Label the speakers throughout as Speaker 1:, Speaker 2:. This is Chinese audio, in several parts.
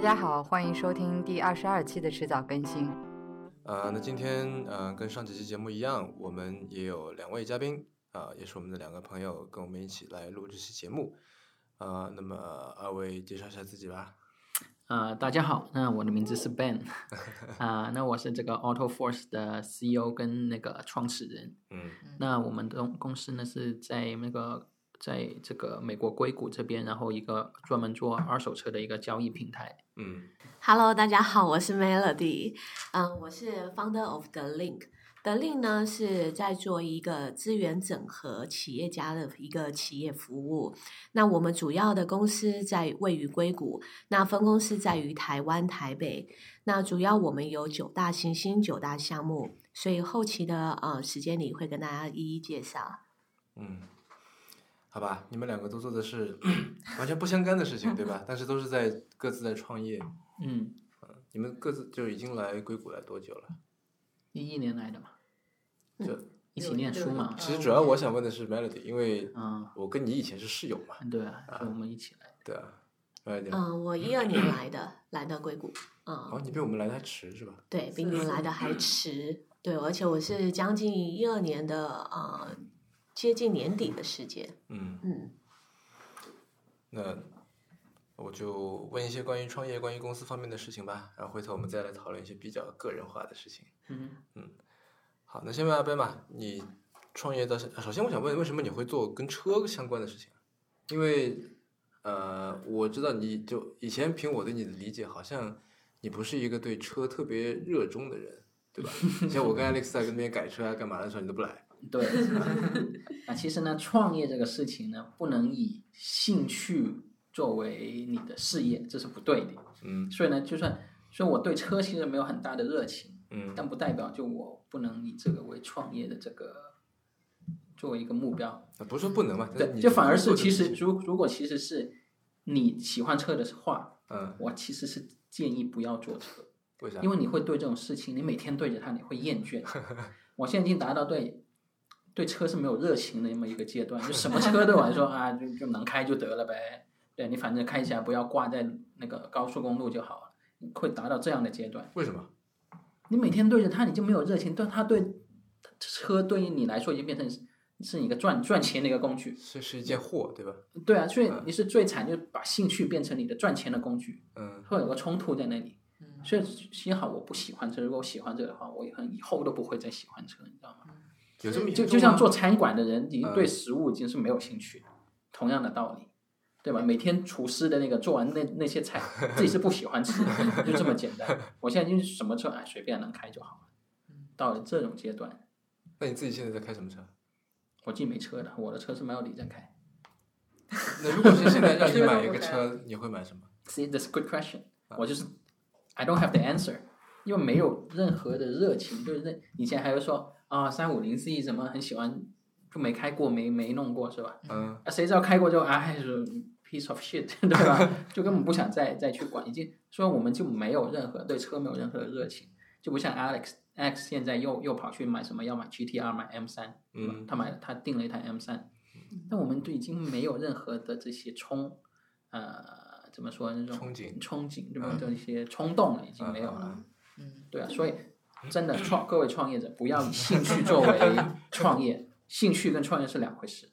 Speaker 1: 家好，欢迎收听第二十二期的迟早更新。
Speaker 2: 呃，那今天嗯、呃，跟上几期节目一样，我们也有两位嘉宾啊、也是我们的两个朋友，跟我们一起来录这期节目。啊、那么二位介绍一下自己吧。
Speaker 3: 呃，大家好，那我的名字是 Ben，啊、那我是这个 AutoForce 的 CEO 跟那个创始人。
Speaker 2: 嗯
Speaker 3: 那我们的公公司呢是在那个在这个美国硅谷这边，然后一个专门做二手车的一个交易平台。
Speaker 2: 嗯
Speaker 4: Hello，大家好，我是 Melody，嗯，我是 founder of The Link。The Link 呢是在做一个资源整合企业家的一个企业服务。那我们主要的公司在位于硅谷，那分公司在于台湾台北。那主要我们有九大行星、九大项目，所以后期的呃时间里会跟大家一一介绍。
Speaker 2: 嗯，好吧，你们两个都做的是 完全不相干的事情，对吧？但是都是在各自在创业。
Speaker 3: 嗯，
Speaker 2: 你们各自就已经来硅谷来多久了？
Speaker 3: 一一年来的嘛，
Speaker 2: 就
Speaker 3: 一起念书嘛。
Speaker 2: 其实主要我想问的是 Melody，因为
Speaker 3: 嗯，
Speaker 2: 我跟你以前是室友嘛，
Speaker 3: 对啊，就我们一起来的。
Speaker 2: 对啊，Melody 呢。
Speaker 4: 嗯，我一二年来的，来的硅谷。嗯，
Speaker 2: 哦，你比我们来的还迟是吧？
Speaker 4: 对，比你们来的还迟。对，而且我是将近一二年的呃，接近年底的时间。
Speaker 2: 嗯，
Speaker 4: 嗯，
Speaker 2: 那我就问一些关于创业、关于公司方面的事情吧，然后回头我们再来讨论一些比较个人化的事情。
Speaker 3: 嗯，
Speaker 2: 好，那先问阿贝嘛，你创业到现，首先我想问，为什么你会做跟车相关的事情？因为呃，我知道你就以前凭我对你的理解，好像你不是一个对车特别热衷的人，对吧？像我跟 Alex 在跟别人改车啊、干嘛的时候，你都不来。
Speaker 3: 对， 那其实呢，创业这个事情呢，不能以兴趣作为你的事业，这是不对的。
Speaker 2: 嗯
Speaker 3: 所以呢，就算所以我对车其实没有很大的热情，
Speaker 2: 嗯
Speaker 3: 但不代表就我不能以这个为创业的这个作为一个目标。
Speaker 2: 不是说不能嘛，但
Speaker 3: 对，
Speaker 2: 你
Speaker 3: 就反而是
Speaker 2: 做这
Speaker 3: 其
Speaker 2: 个
Speaker 3: 实
Speaker 2: 事情
Speaker 3: 如如果其实是你喜欢车的话，
Speaker 2: 嗯，
Speaker 3: 我其实是建议不要坐车。
Speaker 2: 为啥？
Speaker 3: 因为你会对这种事情，你每天对着它，你会厌倦。我现在已经达到对对车是没有热情的那么一个阶段，就什么车对我来说啊， 就就能开就得了呗。对你反正开起来不要挂在那个高速公路就好了，你会达到这样的阶段。
Speaker 2: 为什么？
Speaker 3: 你每天对着它，你就没有热情，对它对车对于你来说已经变成是是你一个赚赚钱的一个工具。
Speaker 2: 是是一件货，对吧？
Speaker 3: 对啊，所以你是最惨，就是把兴趣变成你的赚钱的工具。
Speaker 2: 嗯
Speaker 3: 会有个冲突在那里。所以幸好我不喜欢车，如果我喜欢这个的话，我以后以后都不会再喜欢车，你知道吗？，
Speaker 2: 有这么严
Speaker 3: 就
Speaker 2: 重
Speaker 3: 就像
Speaker 2: 吗
Speaker 3: 做餐馆的人，已经对
Speaker 2: 嗯
Speaker 3: 食物已经是没有兴趣了，同样的道理，对吧？每天厨师的那个做完那那些菜，自己是不喜欢吃的，就这么简单。我现在就是什么车哎随便能开就好了，到了这种阶段，
Speaker 2: 那你自己现在在开什么车？
Speaker 3: 我自己没车的，我的车是 Melody 在开。
Speaker 2: 那如果是现在让你买一个车，你会买什么？
Speaker 3: See, that's a good question. 我就是 I don't have the answer，因为没有任何的热情。就是那以前还有说啊，三五零 C 什么很喜欢，就没开过，没没弄过是吧？
Speaker 2: 嗯
Speaker 3: 啊，谁知道开过就哎是 piece of shit，对 吧？就根本不想再再去管，已经所以我们就没有任何对车没有任何的热情，就不像 Alex。X 现在又又跑去买什么？要买 GTR，买 M 三，对吧
Speaker 2: 嗯
Speaker 3: 他买他订了一台 M 三，但我们就已经没有任何的这些冲，呃，怎么说那种
Speaker 2: 憧憬
Speaker 3: 憧憬，对吧？
Speaker 2: 嗯
Speaker 3: 这些冲动了，已经没有了。
Speaker 1: 嗯，
Speaker 3: 对啊，所以真的创各位创业者不要以兴趣作 为创业，兴趣跟创业是两回事。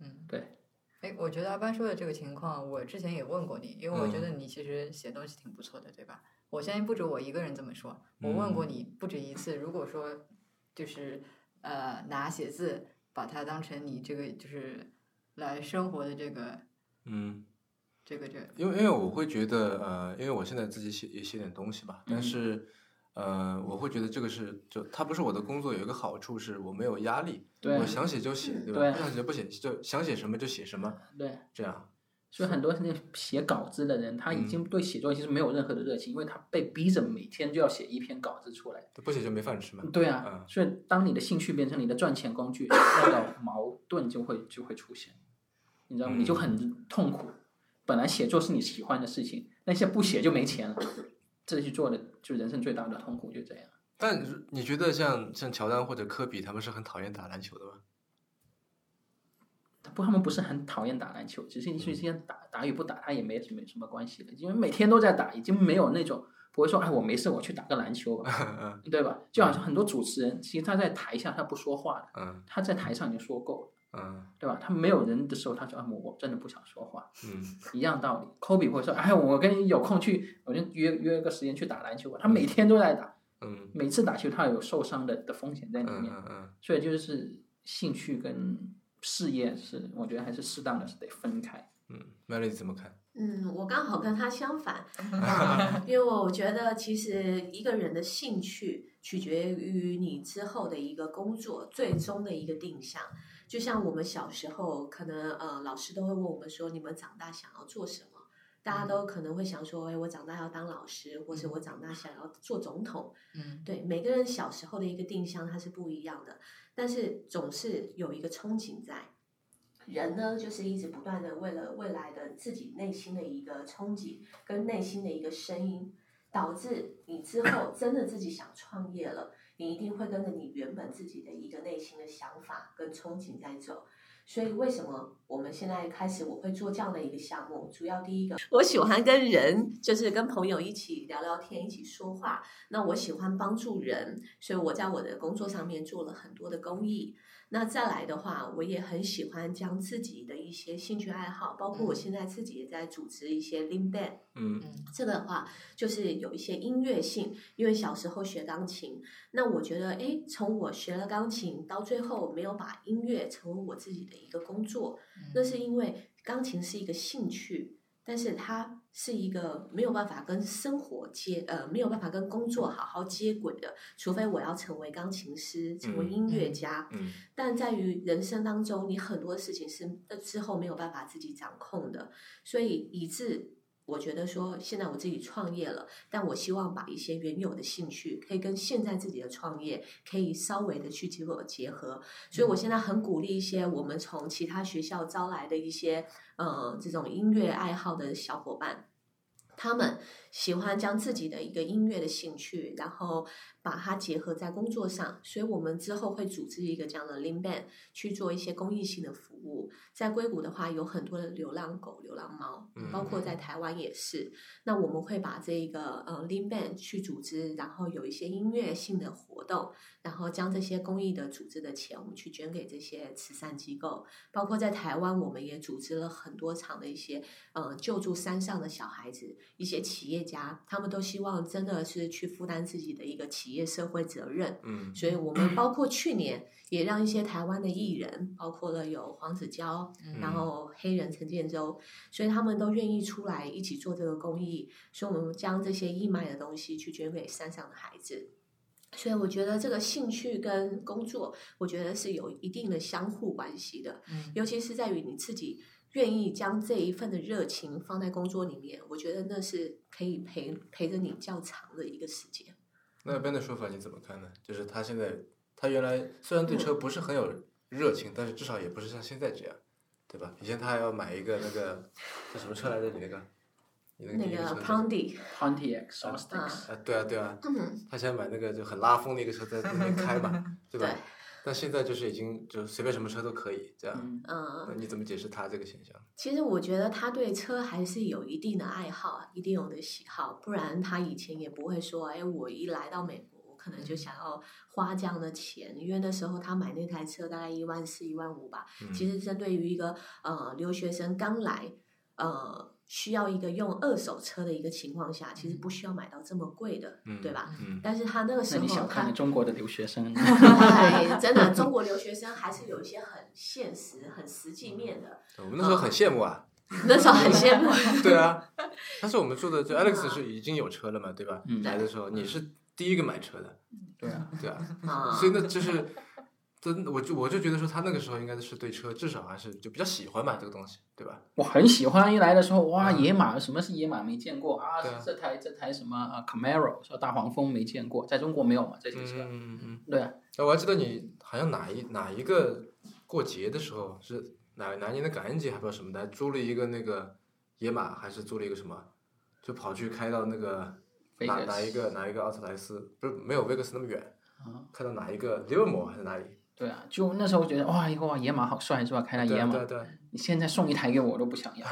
Speaker 1: 嗯，
Speaker 3: 对，
Speaker 1: 哎，我觉得阿班说的这个情况，我之前也问过你，因为我觉得你其实写东西挺不错的，对吧？我相信不止我一个人这么说，我问过你不止一次。如果说就是呃拿写字把它当成你这个就是来生活的这个
Speaker 2: 嗯，
Speaker 1: 这个这个，
Speaker 2: 因为因为我会觉得，呃，因为我现在自己写也写点东西吧，
Speaker 3: 嗯
Speaker 2: 但是，呃，我会觉得这个是就它不是我的工作，有一个好处是我没有压力，
Speaker 3: 对
Speaker 2: 我想写就写，对吧？
Speaker 3: 对
Speaker 2: 不想写就不写，就想写什么就写什么，
Speaker 3: 对，
Speaker 2: 这样。
Speaker 3: 所以很多那写稿子的人，他已
Speaker 2: 嗯
Speaker 3: 经对写作其实没有任何的热情，因为他被逼着每天就要写一篇稿子出来。
Speaker 2: 不写就没饭吃嘛。
Speaker 3: 对啊
Speaker 2: 嗯，
Speaker 3: 所以当你的兴趣变成你的赚钱工具，那个矛盾就会就会出现，你知道吗？
Speaker 2: 嗯
Speaker 3: 你就很痛苦。本来写作是你喜欢的事情，但现在不写就没钱了，这去做的就人生最大的痛苦就这样。
Speaker 2: 但如你觉得像像乔丹或者科比他们是很讨厌打篮球的吗？
Speaker 3: 不，他们不是很讨厌打篮球，只是一
Speaker 2: 嗯
Speaker 3: 瞬间打打与不打，他也没什么什么关系了，因为每天都在打，已经没有那种不会说哎我没事我去打个篮球 吧，
Speaker 2: 嗯
Speaker 3: 对吧？就好像很多主持人，其实他在台下他不说话的，
Speaker 2: 嗯
Speaker 3: 他在台上已经说够了，
Speaker 2: 嗯
Speaker 3: 对吧？他没有人的时候，他说啊我我真的不想说话，
Speaker 2: 嗯
Speaker 3: 一样道理。科比会说哎我跟你有空去，我就约约个时间去打篮球吧，他每天都在打，
Speaker 2: 嗯
Speaker 3: 每次打球他有受伤的的风险在里面，
Speaker 2: 嗯嗯
Speaker 3: 所以就是兴趣跟事业是，我觉得还是适当的是得分开。
Speaker 2: 嗯，Melody 怎么看？
Speaker 4: 嗯，我刚好跟他相反，啊因为我觉得其实一个人的兴趣取决于你之后的一个工作最终的一个定向。就像我们小时候，可能呃老师都会问我们说，你们长大想要做什么？大家都可能会想说，哎，我长大要当老师，或是我长大想要做总统。
Speaker 1: 嗯
Speaker 4: 对，每个人小时候的一个定向它是不一样的，但是总是有一个憧憬在。人呢，就是一直不断的为了未来的自己内心的一个憧憬跟内心的一个声音，导致你之后真的自己想创业了，你一定会跟着你原本自己的一个内心的想法跟憧憬在走。所以为什么我们现在开始我会做这样的一个项目？主要第一个，我喜欢跟人，就是跟朋友一起聊聊天，一起说话。那我喜欢帮助人，所以我在我的工作上面做了很多的公益。那再来的话，我也很喜欢将自己的一些兴趣爱好，包括我现在自己也在组织一些 Lean Band，
Speaker 2: 嗯
Speaker 4: 这个的话就是有一些音乐性，因为小时候学钢琴，那我觉得，诶，从我学了钢琴到最后没有把音乐成为我自己的一个工作，那是因为钢琴是一个兴趣，但是它是一个没有办法跟生活接，呃，没有办法跟工作好好接轨的，除非我要成为钢琴师，成为
Speaker 2: 嗯
Speaker 4: 音乐
Speaker 1: 嗯
Speaker 4: 家，
Speaker 2: 嗯
Speaker 4: 但在于人生当中，你很多事情是呃之后没有办法自己掌控的，所以以致我觉得说，现在我自己创业了，但我希望把一些原有的兴趣，可以跟现在自己的创业可以稍微的去结合结合。所以我现在很鼓励一些我们从其他学校招来的一些呃这种音乐爱好的小伙伴，他们喜欢将自己的一个音乐的兴趣，然后把它结合在工作上，所以我们之后会组织一个这样的 Lean Band 去做一些公益性的服务。在硅谷的话，有很多的流浪狗、流浪猫
Speaker 2: 嗯，
Speaker 4: 包括在台湾也是。那我们会把这一个呃 Lean Band 去组织，然后有一些音乐性的活动，然后将这些公益的组织的钱，我们去捐给这些慈善机构。包括在台湾，我们也组织了很多场的一些呃救助山上的小孩子，一些企业家，他们都希望真的是去负担自己的一个企业社会责任。
Speaker 2: 嗯
Speaker 4: 所以我们包括去年也让一些台湾的艺人，包括了有黄子佼，
Speaker 1: 嗯
Speaker 4: 然后黑人陈建州，所以他们都愿意出来一起做这个公益。所以我们将这些义卖的东西去捐给山上的孩子。所以我觉得这个兴趣跟工作，我觉得是有一定的相互关系的。
Speaker 1: 嗯
Speaker 4: 尤其是在于你自己愿意将这一份的热情放在工作里面，我觉得那是可以陪陪着你较长的一个时间。
Speaker 2: 那边的说法你怎么看呢？就是他现在，他原来虽然对车不是很有热情，但是至少也不是像现在这样，对吧？以前他还要买一个那个叫什么车来着？你那个，你那个
Speaker 4: 那
Speaker 2: 第一
Speaker 4: 个
Speaker 2: 车
Speaker 4: Pondy，
Speaker 3: Pontiac s a u s t i c
Speaker 2: 啊，对啊对啊，
Speaker 4: 嗯，
Speaker 2: 他想买那个就很拉风的一个车，在那边开嘛，对吧
Speaker 4: 对？
Speaker 2: 但现在就是已经就随便什么车都可以这样，
Speaker 3: 嗯，
Speaker 4: 嗯
Speaker 2: 那，你怎么解释他这个现象？
Speaker 4: 其实我觉得他对车还是有一定的爱好，啊一定有的喜好，不然他以前也不会说，哎，我一来到美国，我可能就想要花这样的钱，因为那时候他买那台车大概一万四、一万五吧，
Speaker 2: 嗯
Speaker 4: 其实针对于一个呃留学生刚来，呃需要一个用二手车的一个情况下，
Speaker 3: 嗯
Speaker 4: 其实不需要买到这么贵的，
Speaker 2: 嗯
Speaker 4: 对吧？
Speaker 2: 嗯
Speaker 4: 但是他那个时
Speaker 3: 那
Speaker 4: 候
Speaker 3: 你小看
Speaker 4: 他
Speaker 3: 了中国的留学生，
Speaker 4: 哎，真的中国留学生还是有一些很现实、很实际面的，
Speaker 2: 我们那时候很羡慕啊，
Speaker 3: 嗯
Speaker 4: 那时候很羡 慕。
Speaker 2: 对啊，但是我们住的就 Alex 是已经有车了嘛，对吧？
Speaker 3: 嗯
Speaker 2: 来的时候你是第一个买车的，
Speaker 3: 对啊，
Speaker 2: 对啊，
Speaker 4: 啊，
Speaker 2: 所以那就是，真我就我就觉得说他那个时候应该是对车至少还是就比较喜欢嘛这个东西，对吧？
Speaker 3: 我很喜欢。一来的时候，哇，
Speaker 2: 嗯
Speaker 3: 野马，什么是野马没见过啊
Speaker 2: 对啊？
Speaker 3: 这台这台什么啊 Camaro，说大黄蜂没见过，在中国没有嘛这些车？
Speaker 2: 嗯嗯。
Speaker 3: 对啊，
Speaker 2: 哎，我还记得你好像哪一哪一个过节的时候是哪哪年的感恩节还不知道什么的，还租了一个那个野马还是租了一个什么，就跑去开到那个哪
Speaker 3: Vegas
Speaker 2: 哪一个哪一个奥特莱斯，不是没有维克斯那么远
Speaker 3: 啊，
Speaker 2: 开到哪一个 Livermore 还是哪里？
Speaker 3: 对啊，就那时候觉得哇，哇，野马好帅是吧？开辆
Speaker 2: 对
Speaker 3: 野
Speaker 2: 啊
Speaker 3: 马，
Speaker 2: 对啊对啊，
Speaker 3: 你现在送一台给我我都不想 要，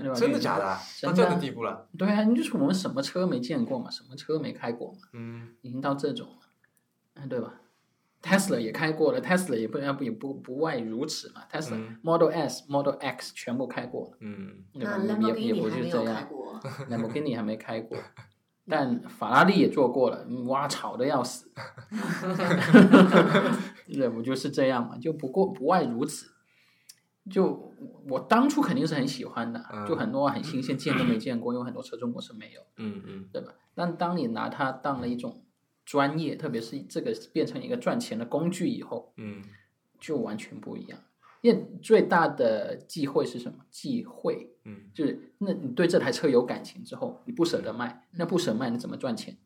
Speaker 3: 对吧？
Speaker 2: 真的假的啊？到这样的地步了？
Speaker 3: 对啊，你就是我们什么车没见过嘛，什么车没开过嘛，
Speaker 2: 嗯，
Speaker 3: 已经到这种了，嗯，对吧？Tesla 也开过了，Tesla 也不要不也不不外如此嘛，Tesla、
Speaker 2: 嗯
Speaker 3: Model S、Model X 全部开过了，
Speaker 2: 嗯，
Speaker 3: 对吧？
Speaker 4: 那兰博基
Speaker 3: 也也
Speaker 4: 尼
Speaker 3: 不
Speaker 4: 还
Speaker 3: 是
Speaker 4: 没
Speaker 3: 这
Speaker 4: 有开
Speaker 3: 样
Speaker 4: 过，
Speaker 3: 兰博基尼还没开过，但法拉利也做过了，嗯哇，吵得要死， 对，不就是这样嘛？就不过不外如此。就我当初肯定是很喜欢的，就很多很新鲜见都没见过，因为很多车中国是没有。
Speaker 2: 嗯嗯
Speaker 3: 对吧？但当你拿它当了一种专业，特别是这个变成一个赚钱的工具以后，
Speaker 2: 嗯
Speaker 3: 就完全不一样。因为最大的忌讳是什么？忌讳
Speaker 2: 嗯
Speaker 3: 就是，那你对这台车有感情之后，你不舍得卖，那不舍卖你怎么赚钱，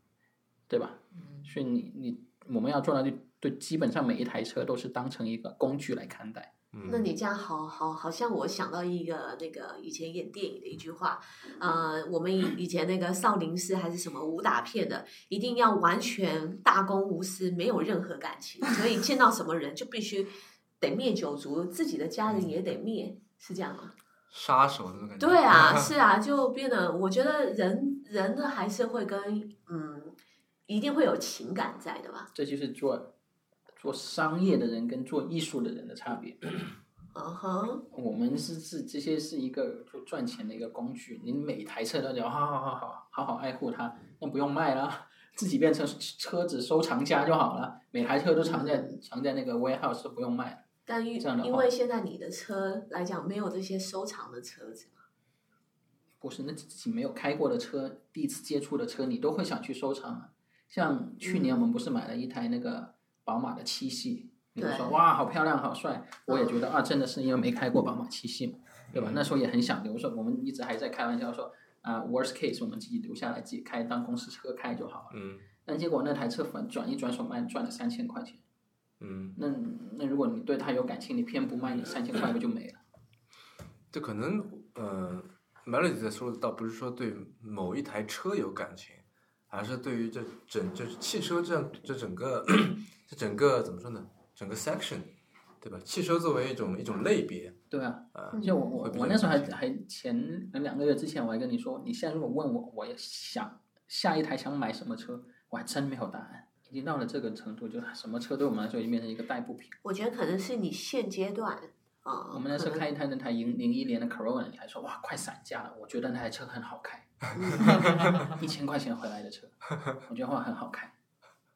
Speaker 3: 对吧？
Speaker 1: 嗯
Speaker 3: 所以你你我们要做到就对，基本上每一台车都是当成一个工具来看待。
Speaker 2: 嗯，
Speaker 4: 那你这样好好好像我想到一个那个以前演电影的一句话，呃，我们以以前那个少林寺还是什么武打片的，一定要完全大公无私，没有任何感情，所以见到什么人就必须得灭九族，自己的家人也得灭，是这样吗？
Speaker 2: 杀手那种感觉，
Speaker 4: 对啊，是啊，就变得我觉得人人呢还是会跟嗯，一定会有情感在的吧，
Speaker 3: 这就是做做商业的人跟做艺术的人的差别。
Speaker 4: 嗯哼，
Speaker 3: 我们是是这些是一个就赚钱的一个工具，你每台车都要好好好好好好爱护它，那不用卖了，自己变成车子收藏家就好了，每台车都藏在藏在那个 warehouse 不用卖了。
Speaker 4: 但因
Speaker 3: 这样的话
Speaker 4: 因为现在你的车来讲没有这些收藏的车子。
Speaker 3: 不是，那自己没有开过的车，第一次接触的车，你都会想去收藏啊。像去年我们不是买了一台那个宝马的七系，比如说
Speaker 4: 对
Speaker 3: 哇，好漂亮，好帅，我也觉得啊，真的是因为没开过宝马七系嘛，对吧？
Speaker 2: 嗯
Speaker 3: 那时候也很想留，说我们一直还在开玩笑说啊，worst case 我们自己留下来自己开当公司车开就好了。
Speaker 2: 嗯
Speaker 3: 但结果那台车反转一转手卖赚了三千块钱，
Speaker 2: 嗯，
Speaker 3: 那那如果你对它有感情，你偏不卖，你三千块不就没了？
Speaker 2: 这可能呃，Melody 在说的倒不是说对某一台车有感情，而是对于这整这汽车这样这整个 这整个怎么说呢？整个 section 对吧？汽车作为一种一种类别
Speaker 3: 对啊，
Speaker 2: 啊，
Speaker 3: 就我我
Speaker 2: 会比较
Speaker 3: 我那时候还
Speaker 2: 明显
Speaker 3: 还前呃两个月之前我还跟你说，你现在如果问我，我也想下一台想买什么车，我还真没有答案。已经到了这个程度，就是什么车对我们来说已经变成一个代步品。
Speaker 4: 我觉得可能是你现阶段啊，
Speaker 3: 我们那时候
Speaker 4: 可能
Speaker 3: 开一台那台零零一年的 Corona，你还说哇快散架了，我觉得那台车很好 开，一千块钱回来的车，我觉得哇很好开。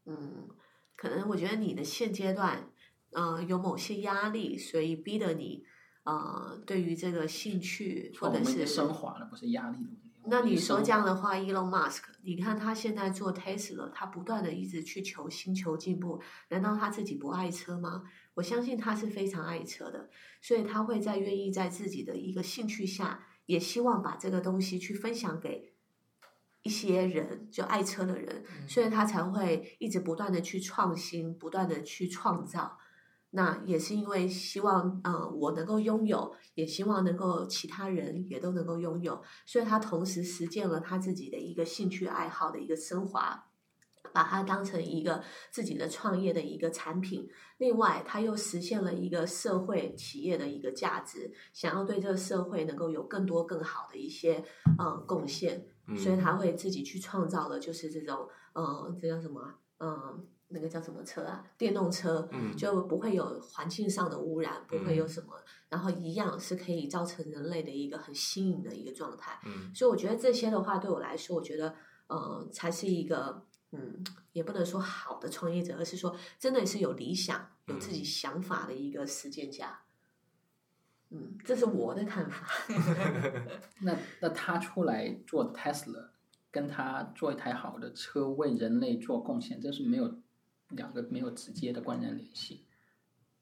Speaker 4: 嗯，可能我觉得你的现阶段，呃，有某些压力，所以逼得你，呃，对于这个兴趣
Speaker 3: 我
Speaker 4: 或
Speaker 3: 们
Speaker 4: 者
Speaker 3: 已经
Speaker 4: 是
Speaker 3: 升华了，不是压力的问题。
Speaker 4: 那你说这
Speaker 3: 样，
Speaker 4: 样的话，Elon Musk，你看他现在做 Tesla，他不断的一直去求新、求进步，难道他自己不爱车吗？我相信他是非常爱车的，所以他会在愿意在自己的一个兴趣下，也希望把这个东西去分享给一些人，就爱车的人，
Speaker 1: 嗯
Speaker 4: 所以他才会一直不断的去创新，不断的去创造。那也是因为希望，呃，我能够拥有，也希望能够其他人也都能够拥有，所以他同时实践了他自己的一个兴趣爱好的一个升华，把它当成一个自己的创业的一个产品。另外，他又实现了一个社会企业的一个价值，想要对这个社会能够有更多更好的一些呃贡献，
Speaker 2: 嗯
Speaker 4: 所以他会自己去创造了就是这种呃这叫什么啊嗯。那个叫什么车啊？电动车，
Speaker 2: 嗯
Speaker 4: 就不会有环境上的污染，不会有
Speaker 2: 嗯
Speaker 4: 什么，然后一样是可以造成人类的一个很新颖的一个状态。
Speaker 2: 嗯
Speaker 4: 所以我觉得这些的话，对我来说，我觉得呃，才是一个嗯，也不能说好的创业者，而是说真的是有理想、有自己
Speaker 2: 嗯
Speaker 4: 想法的一个实践家。嗯，这是我的看法。
Speaker 3: 那那他出来做 Tesla，跟他做一台好的车为人类做贡献，这是没有两个没有直接的关联联系，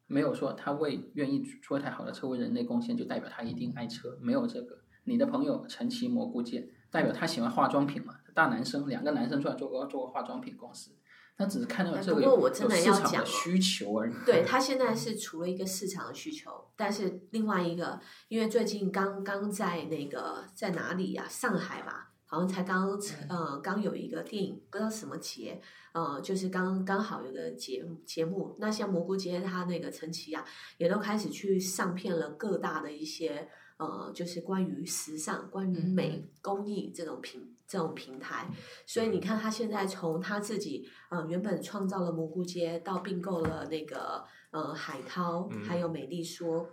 Speaker 3: 没有说他为愿意做一台好的车为人类贡献，就代表他一定爱车，没有这个。你的朋友陈奇蘑菇界，代表他喜欢化妆品嘛？大男生，两个男生出来做过做过化妆品公司，他只是看到
Speaker 4: 哎
Speaker 3: 这个
Speaker 4: 不过
Speaker 3: 有
Speaker 4: 我真的
Speaker 3: 有市
Speaker 4: 要
Speaker 3: 场
Speaker 4: 讲
Speaker 3: 的
Speaker 4: 哦
Speaker 3: 需求而已。
Speaker 4: 对他现在是除了一个市场的需求，但是另外一个，因为最近刚刚在那个在哪里呀、上海嘛，好像才刚
Speaker 1: 嗯
Speaker 4: 呃刚有一个电影，不知道什么节，呃，就是刚刚好有个节目节目。那像蘑菇街，它那个陈琦啊，也都开始去上片了各大的一些呃，就是关于时尚、关于美、
Speaker 1: 嗯
Speaker 4: 工艺这种平这种平台。所以你看，他现在从他自己呃原本创造了蘑菇街，到并购了那个呃海涛
Speaker 2: 嗯，
Speaker 4: 还有美丽说。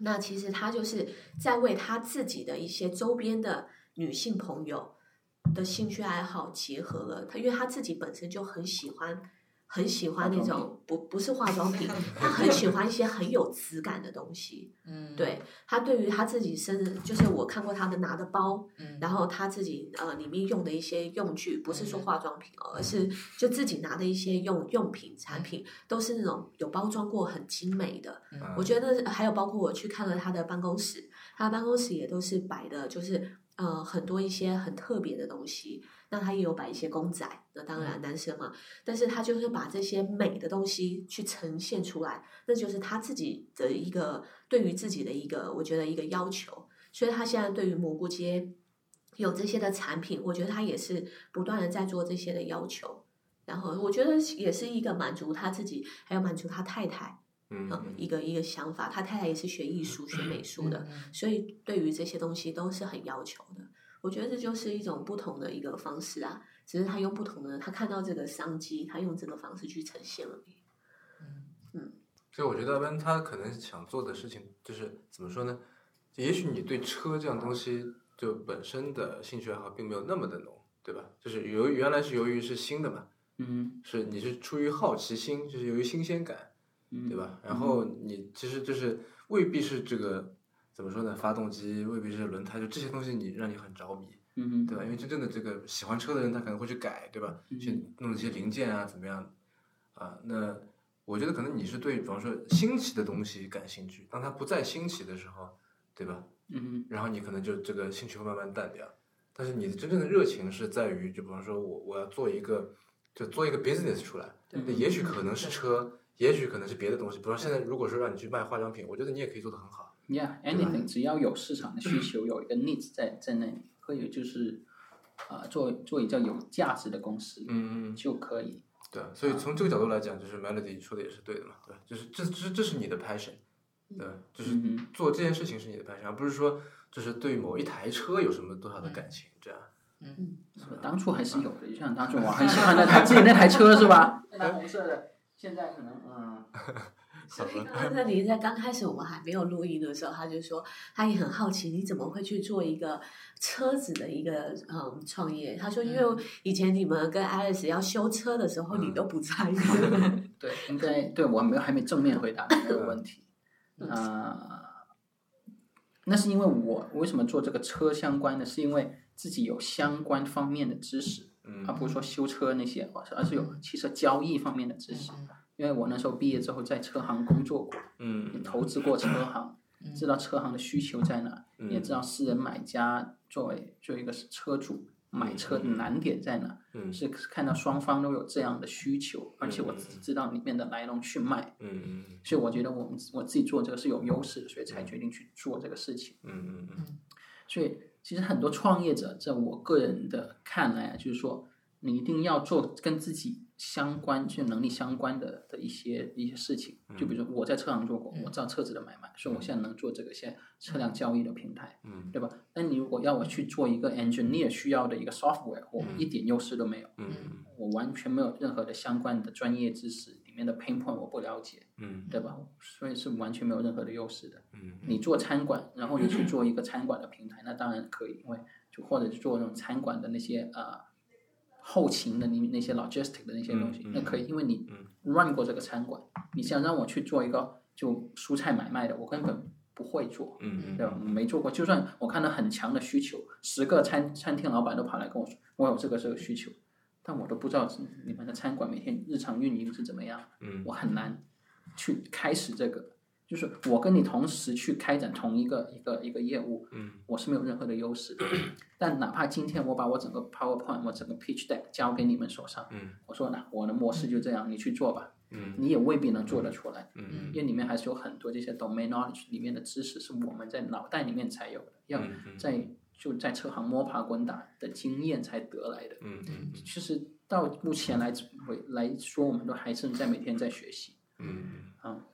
Speaker 4: 那其实他就是在为他自己的一些周边的女性朋友的兴趣爱好结合了他，因为他自己本身就很喜欢，很喜欢那
Speaker 3: 化妆
Speaker 4: 种不不是化妆品，他很喜欢一些很有质感的东西。
Speaker 1: 嗯，
Speaker 4: 对他对于他自己身，就是我看过他的拿的包，
Speaker 1: 嗯，
Speaker 4: 然后他自己呃里面用的一些用具，不是说化妆品哦，而是就自己拿的一些用用品产品，都是那种有包装过很精美的。
Speaker 2: 嗯
Speaker 4: 我觉得还有包括我去看了他的办公室，他的办公室也都是摆的，就是呃很多一些很特别的东西。那他也有摆一些公仔，那当然男生嘛，但是他就是把这些美的东西去呈现出来，那就是他自己的一个对于自己的一个，我觉得一个要求。所以他现在对于蘑菇街有这些的产品，我觉得他也是不断的在做这些的要求。然后我觉得也是一个满足他自己，还有满足他太太，
Speaker 2: 嗯
Speaker 4: 嗯，一个一个想法。他太太也是学艺术、学美术的，
Speaker 1: 嗯
Speaker 4: 所以对于这些东西都是很要求的。我觉得这就是一种不同的一个方式啊，只是他用不同的，他看到这个商机，他用这个方式去呈现而已。
Speaker 1: 嗯
Speaker 2: 所以我觉得阿班他可能想做的事情就是怎么说呢？也许你对车这样东西就本身的兴趣爱好并没有那么的浓，对吧？就是由于原来是由于是新的嘛，
Speaker 3: 嗯，
Speaker 2: 是你是出于好奇心，就是由于新鲜感，
Speaker 3: 嗯
Speaker 2: 对吧？然后你其实就是未必是这个怎么说呢？发动机未必是轮胎，就这些东西你让你很着迷，
Speaker 3: 嗯，
Speaker 2: 对吧？因为真正的这个喜欢车的人，他可能会去改，对吧？
Speaker 3: 嗯
Speaker 2: 去弄一些零件啊，怎么样？啊，那我觉得可能你是对，比方说新奇的东西感兴趣，当它不再新奇的时候，对吧？
Speaker 3: 嗯
Speaker 2: 然后你可能就这个兴趣会慢慢淡掉。但是你的真正的热情是在于，就比方说我我要做一个，就做一个 business 出来，
Speaker 1: 对
Speaker 2: 那也许可能是
Speaker 1: 对
Speaker 2: 车，也许可能是别的东西。比方说现在如果说让你去卖化妆品，我觉得你也可以做得很好。
Speaker 3: ，Yeah，anything，只要有市场的需求，有一个 needs 在在那里，会有就是啊，做做一叫有价值的公司
Speaker 2: 嗯嗯，
Speaker 3: 就可以。
Speaker 2: 对，所
Speaker 3: 嗯
Speaker 2: 以从这个角度来讲，就是 Melody 说的也是对的嘛，对吧，就是这这这是你的 passion，对，就是
Speaker 3: 嗯哼
Speaker 2: 做这件事情是你的 passion，而不是说就是对某一台车有什么多少
Speaker 3: 嗯
Speaker 2: 的感情，这样。
Speaker 3: 我当初还是有的，就像当初 我很喜欢那台自己那台车是吧？那台红色的，现在可能嗯，
Speaker 4: 所以刚刚那你在刚开始我们还没有录音的时候，他就说他也很好奇你怎么会去做一个车子的一个嗯创业。他说因为以前你们跟 Alice 要修车的时候，你都不在。
Speaker 3: 对，应该对我没有还没正面回答你这个问题。
Speaker 2: 嗯
Speaker 3: 啊、那是因为我为什么做这个车相关的，是因为自己有相关方面的知识，
Speaker 2: 嗯
Speaker 3: 而不是说修车那些，啊而是而是有汽车交易方面的知识。因为我那时候毕业之后在车行工作过，也
Speaker 2: 嗯
Speaker 3: 投资过车行，
Speaker 1: 嗯
Speaker 3: 知道车行的需求在哪，
Speaker 2: 嗯
Speaker 3: 也知道私人买家作为作为一个车主买车的难点在哪，
Speaker 2: 嗯
Speaker 3: 是看到双方都有这样的需求，而且我自己知道里面的来龙去脉，
Speaker 2: 嗯嗯
Speaker 3: 所以我觉得我们我自己做这个是有优势的，所以才决定去做这个事情。
Speaker 2: 嗯嗯
Speaker 3: 所以其实很多创业者，在我个人的看来啊，就是说你一定要做跟自己相关、就能力相关的的一些一些事情。就比如说我在车行做过，我知道车子的买卖，所以我现在能做这个一些车辆交易的平台，
Speaker 2: 嗯
Speaker 3: 对吧？但你如果要我去做一个 engineer 需要的一个 software，我一点优势都没有，
Speaker 2: 嗯
Speaker 3: 我完全没有任何的相关的专业知识，里面的 pain point 我不了解，
Speaker 2: 嗯
Speaker 3: 对吧？所以是完全没有任何的优势的。
Speaker 2: 嗯
Speaker 3: 你做餐馆，然后你去做一个餐馆的平台，那当然可以，因为就或者是做那种餐馆的那些呃后勤的那那些 logistic 的那些东西，
Speaker 2: 嗯嗯
Speaker 3: 那可以，因为你
Speaker 2: 嗯
Speaker 3: run 过这个餐馆，你想让我去做一个就蔬菜买卖的，我根本不会做，
Speaker 2: 嗯
Speaker 3: 对吧？没做过，就算我看到很强的需求，十个餐餐厅老板都跑来跟我说，我有这个这个需求，但我都不知道你们的餐馆每天日常运营是怎么样。
Speaker 2: 嗯
Speaker 3: 我很难去开始这个。就是我跟你同时去开展同一个一个一个业务，
Speaker 2: 嗯
Speaker 3: 我是没有任何的优势的。但哪怕今天我把我整个 PowerPoint、我整个 Pitch Deck 交给你们手上，
Speaker 2: 嗯
Speaker 3: 我说呢，我的模式就这样，你去做吧，
Speaker 2: 嗯
Speaker 3: 你也未必能做得出来，
Speaker 2: 嗯
Speaker 3: 因为里面还是有很多这些 domain knowledge 里面的知识是我们在脑袋里面才有的，要
Speaker 2: 嗯
Speaker 3: 在就在车行摸爬滚打的经验才得来的。
Speaker 2: 嗯嗯嗯
Speaker 3: 其实到目前来为来说，我们都还是在每天在学习。
Speaker 2: 嗯
Speaker 3: 啊，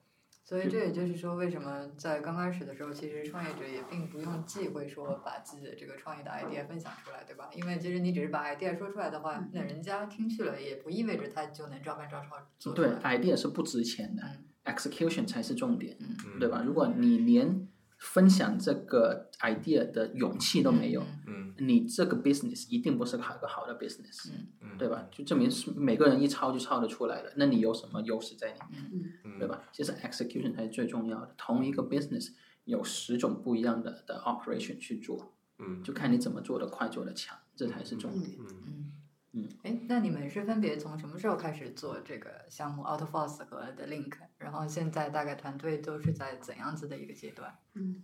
Speaker 1: 所以这也就是说，为什么在刚开始的时候，其实创业者也并不用忌讳说把自己的这个创业的 idea 分享出来，对吧？因为其实你只是把 idea 说出来的话，那人家听去了，也不意味着他就能照搬照抄做出
Speaker 3: 嗯对
Speaker 1: 来。
Speaker 3: ，idea 是不值钱的
Speaker 1: 嗯
Speaker 3: ，execution 才是重点，
Speaker 2: 嗯
Speaker 3: 对吧？如果你连分享这个 idea 的勇气都没有，
Speaker 1: 嗯
Speaker 2: 嗯
Speaker 3: 你这个 business 一定不是个好一个好的 business，
Speaker 1: 嗯
Speaker 2: 嗯，
Speaker 3: 对吧？就证明是每个人一抄就抄得出来的，那你有什么优势在里面？
Speaker 2: 嗯？
Speaker 3: 对吧？其实 execution 才是最重要的。同一个 business 有十种不一样的的 operation 去做，
Speaker 2: 嗯？嗯
Speaker 3: 就看你怎么做的快，做的强，这才是重点。
Speaker 2: 嗯
Speaker 1: 嗯
Speaker 3: 嗯
Speaker 1: 哎，那你们是分别从什么时候开始做这个项目 AutoForce 和 The Link？然后现在大概团队都是在怎样子的一个阶段？
Speaker 4: 嗯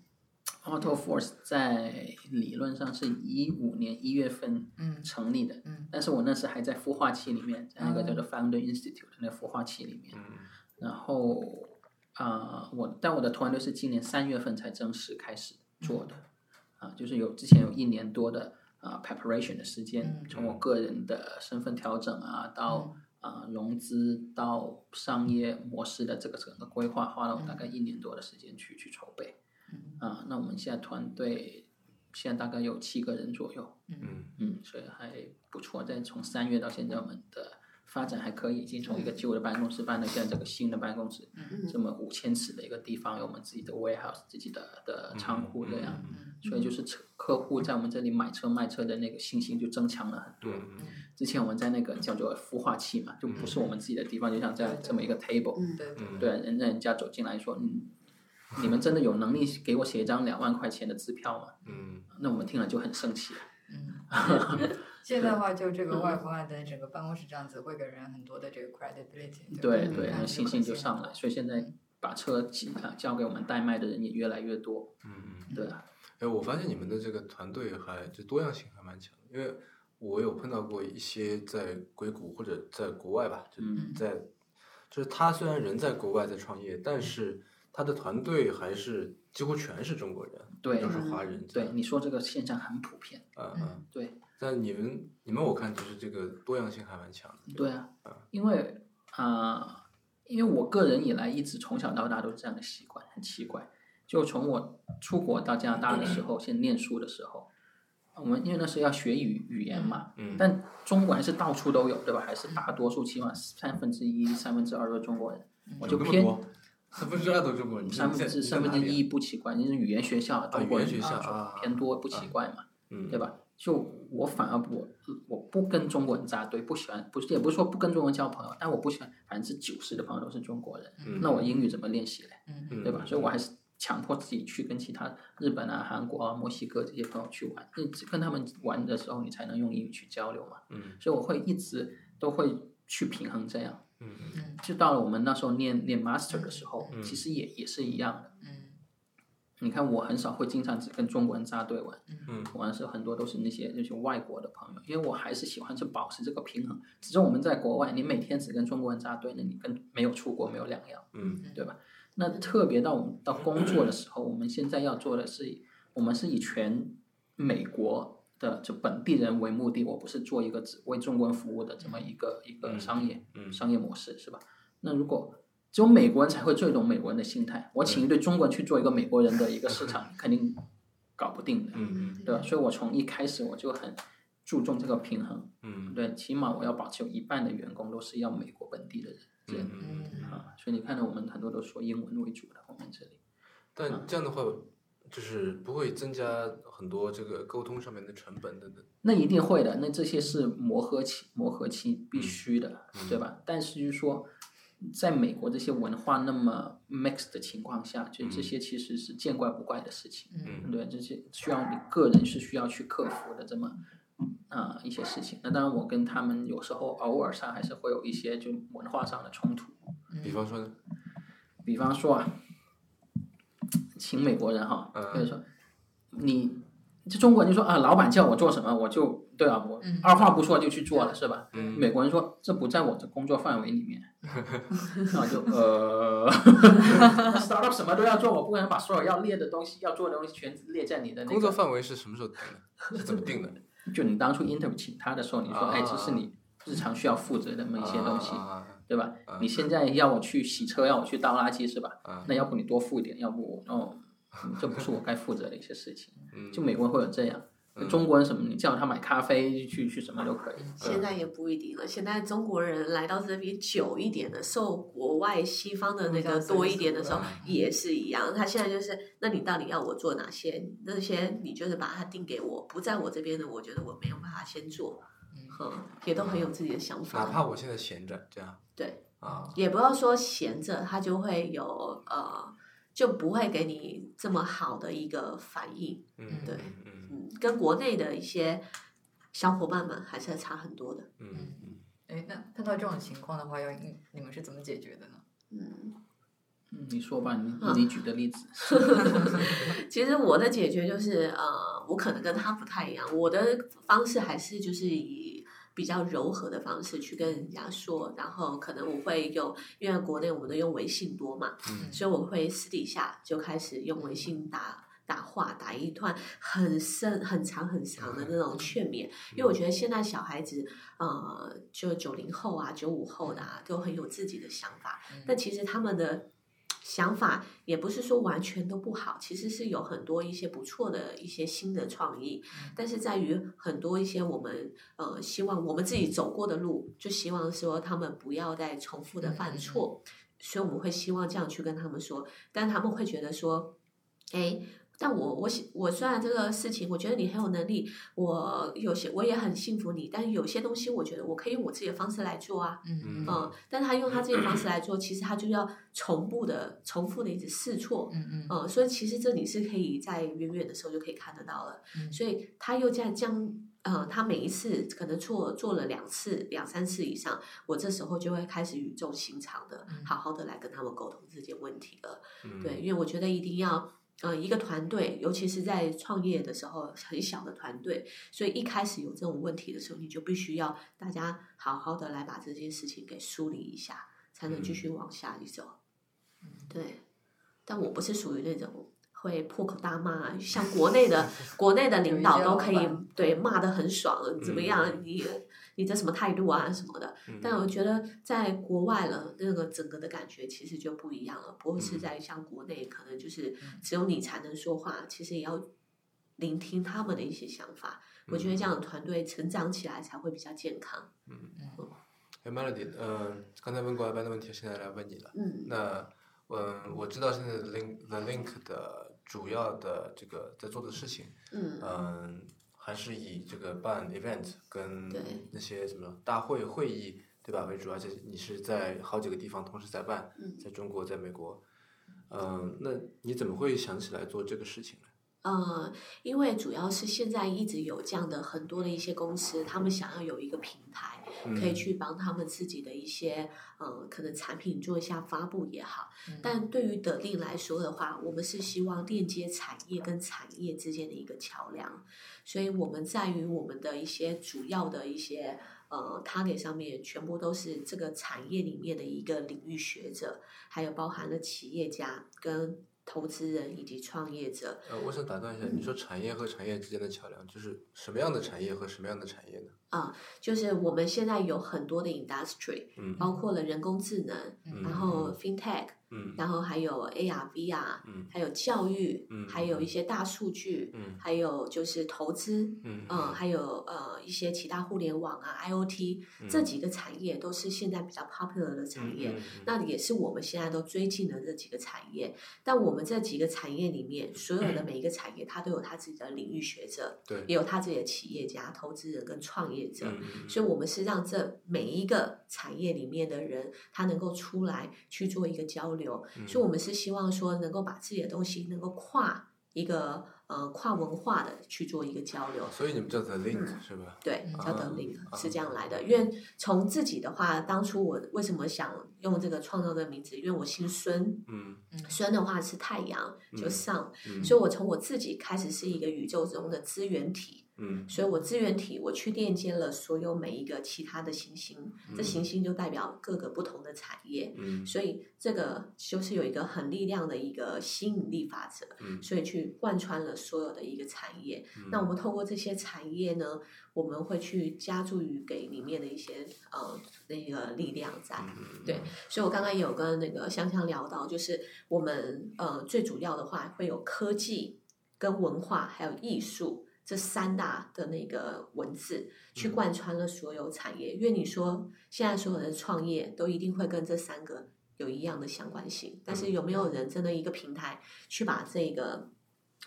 Speaker 3: Auto Force 在理论上是一五年一月份
Speaker 1: 嗯
Speaker 3: 成立的，
Speaker 1: 嗯
Speaker 3: 但是我那时还在孵化器里面，在那个
Speaker 1: 嗯
Speaker 3: 叫做 Founder Institute 的那个孵化器里面。
Speaker 2: 嗯
Speaker 3: 然后啊、呃我但我的团队是今年三月份才正式开始做
Speaker 1: 嗯
Speaker 3: 的，啊、就是有之前有一年多的啊、呃 preparation 的时间，
Speaker 1: 嗯
Speaker 3: 从我个人的身份调整啊，到啊、呃融资到商业模式的这个整个规划，花了我大概一年多的时间去去筹备，
Speaker 1: 嗯
Speaker 3: 啊、那我们现在团队现在大概有七个人左右，
Speaker 1: 嗯
Speaker 2: 嗯
Speaker 3: 嗯，所以还不错。但从三月到现在，我们的发展还可以，已经从一个旧的办公室搬到现在这个新的办公室，
Speaker 1: 嗯
Speaker 3: 这么五千尺的一个地方，有我们自己的 warehouse、自己的的仓库这样。
Speaker 1: 嗯
Speaker 3: 所以就是车客户在我们这里买车卖车的那个信心就增强了很多。
Speaker 2: 嗯
Speaker 3: 之前我们在那个叫做孵化器嘛，就
Speaker 1: 嗯
Speaker 3: 不是我们自己的地方，就像这样这么一个 table，
Speaker 4: 嗯
Speaker 1: 对对
Speaker 2: 嗯
Speaker 3: 对，人人家走进来说，嗯，你们真的有能力给我写一张两万块钱的支票吗？
Speaker 2: 嗯
Speaker 3: 那我们听了就很生气了。
Speaker 1: 嗯。现在的话，就这个外国案的整个办公室这样子，会给人很多的这个 credibility，
Speaker 3: 对
Speaker 2: 嗯
Speaker 1: 吧
Speaker 3: 对，
Speaker 1: 看
Speaker 3: 那
Speaker 1: 着
Speaker 3: 信
Speaker 1: 很
Speaker 3: 心就
Speaker 1: 信
Speaker 3: 上来，所以现在把车交交给我们代卖的人也越来越多，
Speaker 2: 嗯。
Speaker 3: 对啊，
Speaker 2: 哎，我发现你们的这个团队还就多样性还蛮强的，因为我有碰到过一些在硅谷或者在国外吧，就
Speaker 3: 嗯
Speaker 2: 在就是他虽然人在国外在创业，但是他的团队还是几乎全是中国人，
Speaker 3: 对嗯
Speaker 2: 都是华人这
Speaker 3: 对，
Speaker 2: 样，
Speaker 3: 你说这个现象很普遍，
Speaker 2: 嗯嗯
Speaker 1: 嗯，
Speaker 3: 对
Speaker 2: 但你们你们我看就是这个多样性还蛮强的，
Speaker 3: 对啊，
Speaker 2: 嗯
Speaker 3: 因为啊、因为我个人以来一直从小到大都是这样的习惯，很奇怪，就从我出国到加拿大的时候，先念书的时候，我们因为那时候要学语语言嘛，
Speaker 2: 嗯
Speaker 3: 但中国还是到处都有，对吧？还是大多数，起码三分之一、三分之二的中国人，我就
Speaker 2: 嗯有那么
Speaker 3: 偏
Speaker 2: 多三分之二都中国人，你
Speaker 3: 三
Speaker 2: 在
Speaker 3: 分之
Speaker 2: 你在
Speaker 3: 三分之
Speaker 2: 哪里啊
Speaker 3: 一不奇怪，因为语言学校中国
Speaker 2: 语言
Speaker 3: 人
Speaker 2: 学校啊
Speaker 3: 啊偏多不奇怪嘛，
Speaker 2: 嗯
Speaker 3: 对吧？就我反而我我不跟中国人扎堆，不喜欢，不是也不是说不跟中国人交朋友，但我不喜欢百分之九十的朋友都是中国人，
Speaker 2: 嗯
Speaker 3: 那我英语怎么练习嘞？
Speaker 1: 嗯
Speaker 2: 嗯
Speaker 3: 对吧？所以我还是强迫自己去跟其他日本啊、韩国啊、墨西哥这些朋友去玩，因为跟他们玩的时候，你才能用英语去交流嘛。
Speaker 2: 嗯
Speaker 3: 所以我会一直都会去平衡这样。
Speaker 2: 嗯
Speaker 1: 嗯
Speaker 3: 就到了我们那时候念念 master 的时候，
Speaker 2: 嗯
Speaker 3: 其实也也是一样的。
Speaker 1: 嗯
Speaker 3: 你看，我很少会经常只跟中国人扎堆玩，
Speaker 2: 嗯
Speaker 3: 我玩的时候很多都是那些那些外国的朋友，因为我还是喜欢去保持这个平衡。只是我们在国外，你每天只跟中国人扎堆，那你跟没有出国没有两样，
Speaker 2: 嗯
Speaker 3: 对吧？那特别到我们到工作的时候，我们现在要做的是以，我们是以全美国的就本地人为目的，我不是做一个只为中国人服务的这么一个一个商业，
Speaker 2: 嗯
Speaker 3: 商业模式是吧？那如果只有美国人才会最懂美国人的心态，我请一对中国人去做一个美国人的一个市场，肯定搞不定的，
Speaker 2: 嗯
Speaker 3: 对吧？所以我从一开始我就很注重这个平衡，
Speaker 2: 嗯
Speaker 3: 对，起码我要保持有一半的员工都是要美国本地的人，这样、
Speaker 2: 嗯。
Speaker 3: 啊。所以你看到我们很多都说英文为主的，我们这里，
Speaker 2: 但这样的话，就是不会增加很多这个沟通上面的成本等等。
Speaker 3: 那一定会的，那这些是磨合期，磨合期必须的，对吧？但是就是说，在美国这些文化那么 mix 的情况下，就这些其实是见怪不怪的事情，
Speaker 1: 嗯
Speaker 2: 嗯
Speaker 3: 对，这些需要你个人是需要去克服的这么。啊、一些事情。那当然，我跟他们有时候偶尔上还是会有一些就文化上的冲突。
Speaker 2: 比方说呢，
Speaker 3: 比方说啊，请美国人哈，
Speaker 2: 嗯
Speaker 3: 就是说你就中国人就说啊，老板叫我做什么我就对啊，我
Speaker 1: 嗯
Speaker 3: 二话不说就去做了，是吧？
Speaker 2: 嗯
Speaker 3: 美国人说这不在我的工作范围里 面，那我就呃，startup 什么都要做，我不可能把所有要列的东西、要做的东西全列在你的那
Speaker 2: 工作
Speaker 3: 个。
Speaker 2: 范围是什么时候定的？是怎么定的？
Speaker 3: 就你当初 interview 请他的时候，你说
Speaker 2: 啊
Speaker 3: 哎，这是你日常需要负责的那么一些东西，
Speaker 2: 啊
Speaker 3: 对吧
Speaker 2: 啊？
Speaker 3: 你现在要我去洗车，要我去倒垃圾，是吧？
Speaker 2: 啊，
Speaker 3: 那要不你多付一点，要不我哦，嗯这不是我该负责的一些事情。
Speaker 2: 嗯
Speaker 3: 就美国人会有这样，
Speaker 2: 嗯
Speaker 3: 中国人什么，你叫他买咖啡去去什么都可以。
Speaker 2: 嗯
Speaker 4: 现在也不一定了。现在中国人来到这边久一点的，受国外西方的那个多一点的时候
Speaker 2: 嗯，
Speaker 4: 也是一样。他现在就是，那你到底要我做哪些？那些你就是把它定给我，不在我这边的，我觉得我没有办法先做。嗯，也都很有自己的想
Speaker 2: 哪怕
Speaker 4: 法。
Speaker 2: 我现在闲着，这样
Speaker 4: 对，
Speaker 2: 啊，
Speaker 4: 也不要说闲着，他就会有呃，就不会给你这么好的一个反应。
Speaker 2: 嗯，
Speaker 1: 对
Speaker 2: 嗯，
Speaker 4: 嗯，跟国内的一些小伙伴们还是差很多的。
Speaker 2: 嗯嗯嗯，
Speaker 1: 哎，那碰到这种情况的话，要你你们是怎么解决的呢？
Speaker 4: 嗯，
Speaker 3: 嗯你说吧，你
Speaker 4: 嗯
Speaker 3: 你举的例子，
Speaker 4: 其实我的解决就是，呃，我可能跟他不太一样，我的方式还是就是以比较柔和的方式去跟人家说，然后可能我会用，因为国内我们都用微信多嘛，
Speaker 2: 嗯
Speaker 4: 所以我会私底下就开始用微信打。打话打一段很深、很长、很长的那种劝勉，因为我觉得现在小孩子，呃，就九零后啊、九五后的啊，都很有自己的想法，
Speaker 1: 嗯
Speaker 4: 但其实他们的想法也不是说完全都不好，其实是有很多一些不错的一些新的创意，但是在于很多一些我们呃希望我们自己走过的路，就希望说他们不要再重复的犯错，所以我们会希望这样去跟他们说，但他们会觉得说，哎。但我我喜我虽然这个事情，我觉得你很有能力，我有些我也很幸福你，但是有些东西我觉得我可以用我自己的方式来做啊，
Speaker 1: 嗯嗯
Speaker 4: 嗯，但他用他自己的方式来做，其实他就要重复的、重复的一直试错。
Speaker 1: 嗯嗯
Speaker 4: 嗯，所以其实这里是可以在远远的时候就可以看得到了。
Speaker 1: 嗯
Speaker 4: 所以他又在将呃，他每一次可能做做了两次、两三次以上，我这时候就会开始语重心长的、
Speaker 1: 嗯
Speaker 4: 好好的来跟他们沟通这些问题了。
Speaker 2: 嗯
Speaker 4: 对，，因为我觉得一定要，呃，一个团队，尤其是在创业的时候，很小的团队，所以一开始有这种问题的时候，你就必须要大家好好的来把这件事情给梳理一下，才能继续
Speaker 1: 嗯
Speaker 4: 往下一走。对，但我不是属于那种。会破口大骂，像国 内的国内的领导都可
Speaker 1: 有一
Speaker 4: 以
Speaker 1: 些老板
Speaker 4: 对骂的很爽，怎么样？
Speaker 2: 嗯
Speaker 4: 你你这什么态度啊什么的？
Speaker 2: 嗯
Speaker 4: 但我觉得在国外了，那个整个的感觉其实就不一样了，不会
Speaker 2: 嗯
Speaker 4: 是在像国内，可能就是只有你才能说话，其实也要聆听他们的一些想法。我觉得这
Speaker 2: 嗯
Speaker 4: 样的团队成长起来才会比较健康。
Speaker 2: 哎，Melody，嗯、刚才问过阿班的问题，现在来问你了。
Speaker 4: 嗯
Speaker 2: 那，嗯，我知道现在 Link The Link 的主要的这个在做的事情，
Speaker 4: 嗯
Speaker 2: 嗯、还是以这个办 event 跟
Speaker 4: 对
Speaker 2: 那些什么大会会议对吧为主，而且你是在好几个地方同时在办，
Speaker 4: 嗯
Speaker 2: 在中国，在美国，嗯、那你怎么会想起来做这个事情呢？
Speaker 4: 呃，因为主要是现在一直有这样的很多的一些公司，他们想要有一个平台，
Speaker 2: 嗯、
Speaker 4: 可以去帮他们自己的一些呃，可能产品做一下发布也好。
Speaker 1: 嗯，
Speaker 4: 但对于德令来说的话，我们是希望链接产业跟产业之间的一个桥梁，所以我们在于我们的一些主要的一些呃 target 上面，全部都是这个产业里面的一个领域学者，还有包含了企业家跟投资人以及创业者。
Speaker 2: 呃，我想打断一下，你说产业和产业之间的桥梁，就是什么样的产业和什么样的产业呢？
Speaker 4: 就是我们现在有很多的 industry，
Speaker 2: 嗯
Speaker 4: 包括了人工智能，
Speaker 1: 嗯
Speaker 4: 然后 fintech，
Speaker 2: 嗯
Speaker 4: 然后还有 AR、VR，
Speaker 2: 嗯
Speaker 4: 啊还有教育，
Speaker 2: 嗯
Speaker 4: 还有一些大数据，
Speaker 2: 嗯
Speaker 4: 还有就是投资，
Speaker 2: 嗯
Speaker 4: 嗯，还有呃一些其他互联网啊、IOT
Speaker 2: 嗯
Speaker 4: 这几个产业都是现在比较 popular 的产业。
Speaker 2: 嗯
Speaker 4: 那也是我们现在都追进的这几个产业，但我们这几个产业里面，所有的每一个产业，它都有它自己的领域学者，
Speaker 2: 对
Speaker 4: 也有它自己的企业家、投资人跟创业者。
Speaker 2: 嗯嗯
Speaker 4: 所以，我们是让这每一个产业里面的人，他能够出来去做一个交流。
Speaker 2: 嗯
Speaker 4: 所以，我们是希望说能够把自己的东西能够跨一个呃跨文化的去做一个交流。
Speaker 2: 所以你们叫
Speaker 4: 嗯
Speaker 2: The Link、是吧？
Speaker 4: 对，
Speaker 1: 嗯
Speaker 2: 啊
Speaker 4: 叫 The Link、
Speaker 2: 啊
Speaker 4: 是这样来的。因为从自己的话，当初我为什么想用这个创造的名字？因为我姓孙，
Speaker 2: 嗯
Speaker 4: 孙的话是太阳，就
Speaker 2: 嗯
Speaker 4: Sun，、
Speaker 2: 嗯
Speaker 4: 所以我从我自己开始是一个宇宙中的资源体。
Speaker 2: 嗯
Speaker 4: 所以我资源体我去链接了所有每一个其他的行星，这
Speaker 2: 嗯
Speaker 4: 行星就代表各个不同的产业，
Speaker 2: 嗯
Speaker 4: 所以这个就是有一个很力量的一个吸引力法则，
Speaker 2: 嗯，
Speaker 4: 所以去贯穿了所有的一个产业。那我们透过这些产业呢，我们会去加注于给里面的一些呃那个力量在。
Speaker 2: 嗯
Speaker 4: 对所以我刚刚也有跟那个香香聊到，就是我们呃最主要的话会有科技、跟文化还有艺术这三大的那个文字去
Speaker 2: 嗯
Speaker 4: 贯穿了所有产业。因为你说现在所有的创业都一定会跟这三个有一样的相关性，但是有没有人真的一个平台去把这个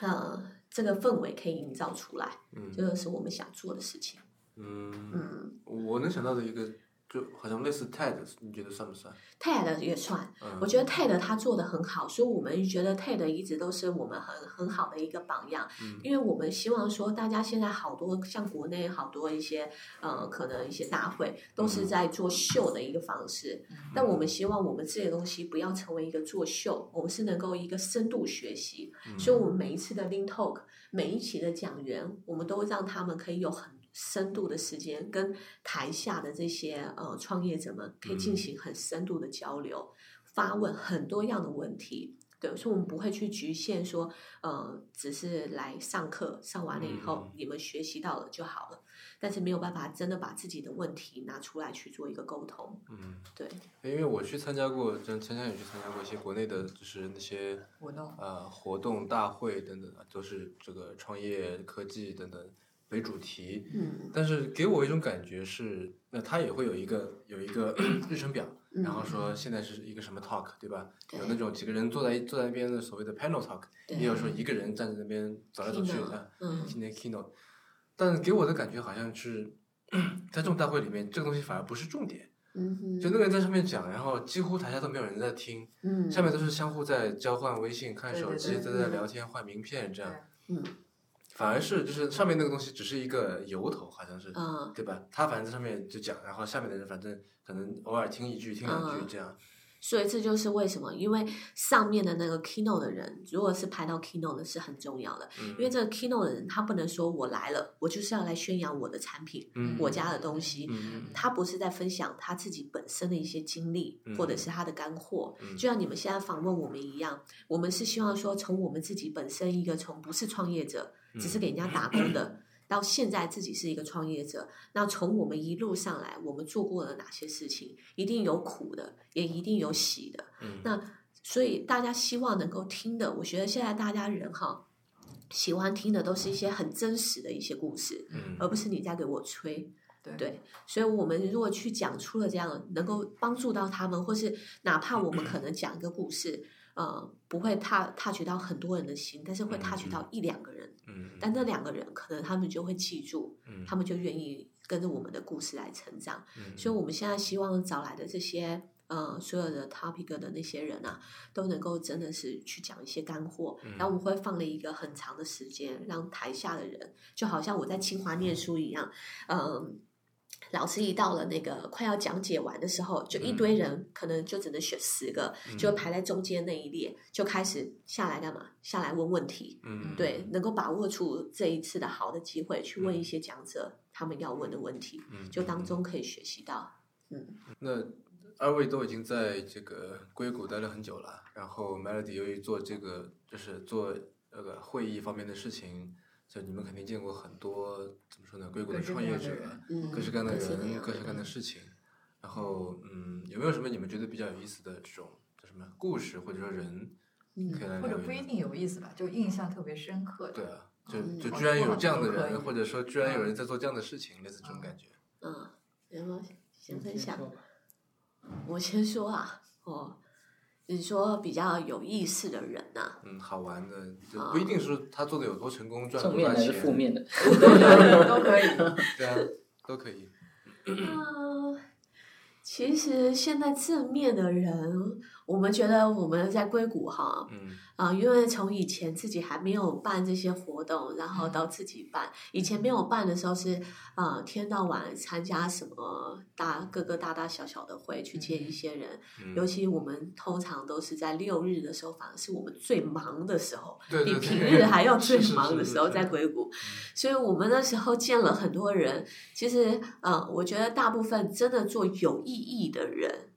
Speaker 4: 呃这个氛围可以营造出来，
Speaker 2: 嗯
Speaker 4: 这个是我们想做的事情。
Speaker 2: 嗯嗯，
Speaker 4: 嗯
Speaker 2: 我能想到的一个就好像类似 TED，你觉得算不算？
Speaker 4: ，TED 也算。
Speaker 2: 嗯，
Speaker 4: 我觉得 TED 他做的很好，所以我们觉得 TED 一直都是我们很很好的一个榜样，
Speaker 2: 嗯
Speaker 4: 因为我们希望说大家现在好多像国内好多一些呃可能一些大会都是在做秀的一个方式，但我们希望我们自己的东西不要成为一个作秀，我们是能够一个深度学习，
Speaker 2: 嗯
Speaker 4: 所以我们每一次的 Lean Talk，每一期的讲员，我们都让他们可以有很。深度的时间跟台下的这些呃创业者们可以进
Speaker 2: 嗯
Speaker 4: 行很深度的交流，发问很多样的问题。对，所以我们不会去局限说，呃，只是来上课，上完了以后、
Speaker 2: 嗯
Speaker 4: 你们学习到了就好了，但是没有办法真的把自己的问题拿出来去做一个沟通。
Speaker 2: 嗯，
Speaker 4: 对，
Speaker 2: 因为我去参加过，像香香也去参加过一些国内的，就是那些
Speaker 1: 活动，
Speaker 2: 呃活动、大会等等的，都是这个创业、科技等等为主题。
Speaker 4: 嗯
Speaker 2: 但是给我一种感觉是，那他也会有一个有一个 日程表，
Speaker 4: 嗯
Speaker 2: 然后说现在是一个什么 talk，对吧？
Speaker 4: 对
Speaker 2: 有那种几个人坐在一坐在那边的所谓的 panel talk，
Speaker 4: 对
Speaker 2: 也有说一个人站在那边走来走去
Speaker 4: Keynote，
Speaker 2: 的，
Speaker 4: 嗯
Speaker 2: 今天 keynote，但给我的感觉好像是在这种大会里面，这个东西反而不是重点，
Speaker 4: 嗯哼，
Speaker 2: 就那个人在上面讲，然后几乎台下都没有人在听，
Speaker 4: 嗯
Speaker 2: 下面都是相互在交换微信、看
Speaker 1: 对
Speaker 2: 手
Speaker 1: 对
Speaker 2: 机、
Speaker 1: 对
Speaker 2: 在在
Speaker 4: 嗯
Speaker 2: 聊天、换名片这样，
Speaker 4: 嗯
Speaker 2: 反而是就是上面那个东西只是一个由头，好像是。
Speaker 4: 啊
Speaker 2: 对吧？他反正在上面就讲，然后下面的人反正可能偶尔听一句、听两句
Speaker 4: 嗯
Speaker 2: 这样。
Speaker 4: 所以这就是为什么，因为上面的那个 keynote 的人，如果是排到 keynote 的是很重要的，
Speaker 2: 嗯
Speaker 4: 因为这个 keynote 的人他不能说我来了，我就是要来宣扬我的产品，
Speaker 2: 嗯
Speaker 4: 我家的东西，
Speaker 2: 嗯
Speaker 4: 他不是在分享他自己本身的一些经历，
Speaker 2: 嗯
Speaker 4: 或者是他的干货，
Speaker 2: 嗯
Speaker 4: 就像你们现在访问我们一样，我们是希望说从我们自己本身一个从不是创业者，只是给人家打工的。
Speaker 2: 嗯
Speaker 4: 到现在自己是一个创业者，那从我们一路上来，我们做过了哪些事情？一定有苦的，也一定有喜的。
Speaker 2: 嗯
Speaker 4: 那所以大家希望能够听的，我觉得现在大家人哈喜欢听的都是一些很真实的一些故事，
Speaker 2: 嗯
Speaker 4: 而不是你在给我吹。
Speaker 1: 对
Speaker 4: 对，所以我们如果去讲出了这样，能够帮助到他们，或是哪怕我们可能讲一个故事，呃，不会踏 touch 到很多人的心，但是会
Speaker 2: 嗯
Speaker 4: touch 到一两个人，
Speaker 2: 嗯，
Speaker 4: 但那两个人可能他们就会记住，
Speaker 2: 嗯
Speaker 4: 他们就愿意跟着我们的故事来成长。
Speaker 2: 嗯
Speaker 4: 所以我们现在希望找来的这些。呃，所有的 topic 的那些人啊，都能够真的是去讲一些干货，
Speaker 2: 嗯
Speaker 4: 然后我们会放了一个很长的时间，让台下的人就好像我在清华念书一样，嗯，老师一到了那个快要讲解完的时候，就一堆人，可能就只能选十个，就排在中间那一列，就开始下来干嘛？下来问问题，
Speaker 2: 嗯
Speaker 4: 对，能够把握住这一次的好的机会，去问一些讲者他们要问的问题，
Speaker 2: 嗯
Speaker 4: 就当中可以学习到。嗯
Speaker 2: 那二位都已经在这个硅谷待了很久了，然后 Melody 由于做这个就是做这个会议方面的事情，就你们肯定见过很多怎么说呢，硅谷
Speaker 1: 各
Speaker 2: 的
Speaker 1: 式各
Speaker 2: 创业
Speaker 1: 样的
Speaker 2: 者，
Speaker 1: 人
Speaker 4: 嗯
Speaker 2: 各式各样的
Speaker 4: 各式各
Speaker 2: 人，
Speaker 4: 样
Speaker 2: 各式
Speaker 4: 的
Speaker 2: 各样的
Speaker 4: 人
Speaker 2: 事情。然后嗯，有没有什么你们觉得比较有意思的这种叫什么故事或者说人，
Speaker 4: 嗯
Speaker 2: 可以来
Speaker 1: 或
Speaker 2: 聊
Speaker 1: 者不
Speaker 2: 一
Speaker 1: 一
Speaker 2: 聊？
Speaker 1: 定有意思吧，就印象特别深刻
Speaker 2: 对
Speaker 1: 的。
Speaker 2: 啊，就
Speaker 4: 嗯
Speaker 2: 就
Speaker 1: 包
Speaker 2: 居然有
Speaker 1: 括
Speaker 2: 这样的
Speaker 1: 都可
Speaker 2: 人，
Speaker 1: 以
Speaker 2: 或者说居然有
Speaker 1: 嗯
Speaker 2: 人在做这样的事情，类似这种感觉。
Speaker 4: 嗯，然后嗯先分享
Speaker 3: 你。说吧
Speaker 4: 我先说啊，哦，你说比较有意思的人呐、
Speaker 2: 嗯，好玩的，就不一定是他做的有多成功，赚
Speaker 3: 正
Speaker 2: 多
Speaker 3: 面
Speaker 2: 少
Speaker 3: 的还是负
Speaker 2: 钱，
Speaker 3: 面的？
Speaker 1: 都可以。
Speaker 2: 对啊，都可以。
Speaker 4: 啊嗯，其实现在正面的人，我们觉得我们在硅谷哈，
Speaker 2: 嗯
Speaker 4: 啊、因为从以前自己还没有办这些活动，
Speaker 2: 嗯
Speaker 4: 然后到自己办。以前没有办的时候是，呃，天到晚参加什么大各个大大小小的会去见一些人。尤
Speaker 2: 嗯，
Speaker 4: 其我们通常都是在六日的时候，反而是我们最忙的时候，
Speaker 2: 对对
Speaker 4: 比
Speaker 2: 对，
Speaker 4: 平日还要最
Speaker 2: 是是
Speaker 4: 忙
Speaker 2: 是
Speaker 4: 的
Speaker 2: 是
Speaker 4: 时候
Speaker 2: 是嗯
Speaker 4: 在硅谷。所以我们那时候见了很多人。其实，呃，我觉得大部分真的做有意义的人，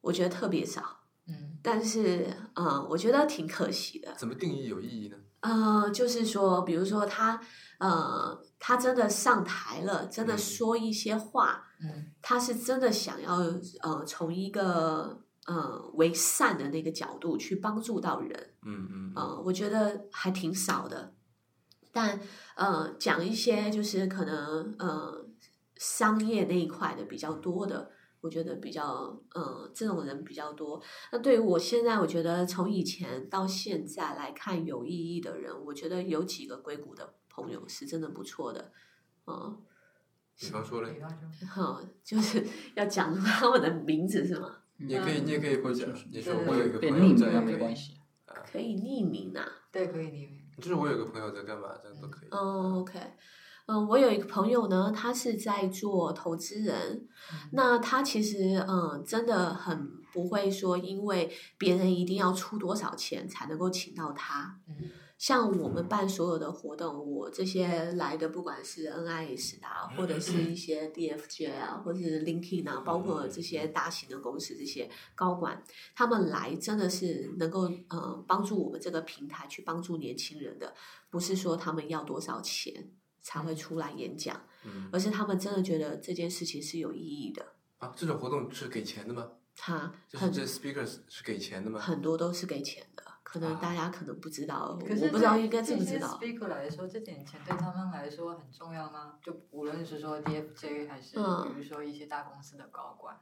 Speaker 4: 我觉得特别少。
Speaker 1: 嗯
Speaker 4: 但是，呃，我觉得挺可惜的。
Speaker 2: 怎么定义有意义呢？
Speaker 4: 呃，就是说，比如说他，呃，他真的上台了，真的
Speaker 2: 嗯
Speaker 4: 说一些话，
Speaker 1: 嗯
Speaker 4: 他是真的想要，呃，从一个呃为善的那个角度去帮助到人，
Speaker 2: 嗯嗯嗯
Speaker 4: 呃，我觉得还挺少的。但呃，讲一些就是可能呃商业那一块的比较多的，我觉得比较呃这种人比较多。那对于我现在，我觉得从以前到现在来看有意义的人，我觉得有几个硅谷的朋友是真的不错的，嗯、
Speaker 2: 比方说嘞
Speaker 1: 比，方说，
Speaker 4: 哼，嗯就是 要讲他们的名字是吗？
Speaker 2: 你也可以，你也可以不讲
Speaker 3: 嗯，
Speaker 2: 你说
Speaker 1: 对
Speaker 2: 我有一个
Speaker 3: 被
Speaker 2: 朋
Speaker 3: 匿
Speaker 2: 友
Speaker 3: 名
Speaker 2: 在
Speaker 3: 了没关，系。
Speaker 4: 可以匿名啊，
Speaker 1: 对，可以理解。
Speaker 2: 就是我有一个朋友在干嘛，这样都可以。
Speaker 4: 嗯，OK，嗯，我有一个朋友呢，他是在做投资人，
Speaker 1: 嗯
Speaker 4: 那他其实嗯，真的很不会说，因为别人一定要出多少钱才能够请到他。
Speaker 1: 嗯
Speaker 4: 像我们办所有的活动，我这些来的，不管是 NIS 啊，或者是一些 DFJ 啊，或者是 LinkedIn 啊，包括这些大型的公司这些高管，他们来真的是能够呃帮助我们这个平台去帮助年轻人的，不是说他们要多少钱才会出来演讲，
Speaker 2: 嗯
Speaker 4: 而是他们真的觉得这件事情是有意义的。
Speaker 2: 啊，这种活动是给钱的吗？
Speaker 4: 他
Speaker 2: 就是
Speaker 4: 很
Speaker 2: 这 speakers 是给钱的吗？
Speaker 4: 很多都是给钱的，可能
Speaker 2: 啊
Speaker 4: 大家可能不知道，
Speaker 1: 可是
Speaker 4: 呃我不知道
Speaker 1: 对
Speaker 4: 应该知不
Speaker 1: 这
Speaker 4: 知
Speaker 1: 些
Speaker 4: 道。
Speaker 1: speaker 来说，这点钱对他们来说很重要吗？就无论是说 DFJ 还是
Speaker 4: 嗯
Speaker 1: 比如说一些大公司的高管，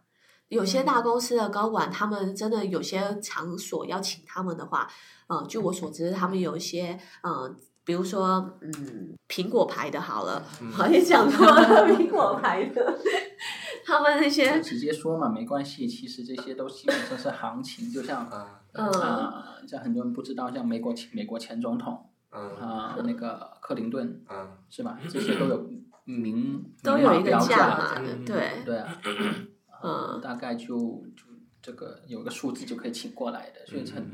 Speaker 4: 有些大公司的高管，他们真的有些场所要请他们的话，呃，据我所知，他们有一些呃，比如说嗯，苹果牌的好了，
Speaker 2: 嗯
Speaker 4: 好像讲过了苹果牌的，他们那些
Speaker 3: 就直接说嘛，没关系。其实这些都基本上是行情，就像
Speaker 2: 啊
Speaker 4: 嗯
Speaker 3: 啊，像很多人不知道，像美国前美国前总统
Speaker 2: 嗯
Speaker 3: 啊，那个克林顿
Speaker 2: 嗯，
Speaker 3: 是吧？这些都有明
Speaker 4: 都有一
Speaker 3: 明
Speaker 4: 个
Speaker 3: 码标
Speaker 4: 价
Speaker 3: 价
Speaker 4: 嘛
Speaker 3: 的，
Speaker 2: 嗯，
Speaker 4: 对，
Speaker 3: 对啊，
Speaker 4: 嗯
Speaker 3: 大概就就这个有个数字就可以请过来的，所以很
Speaker 2: 嗯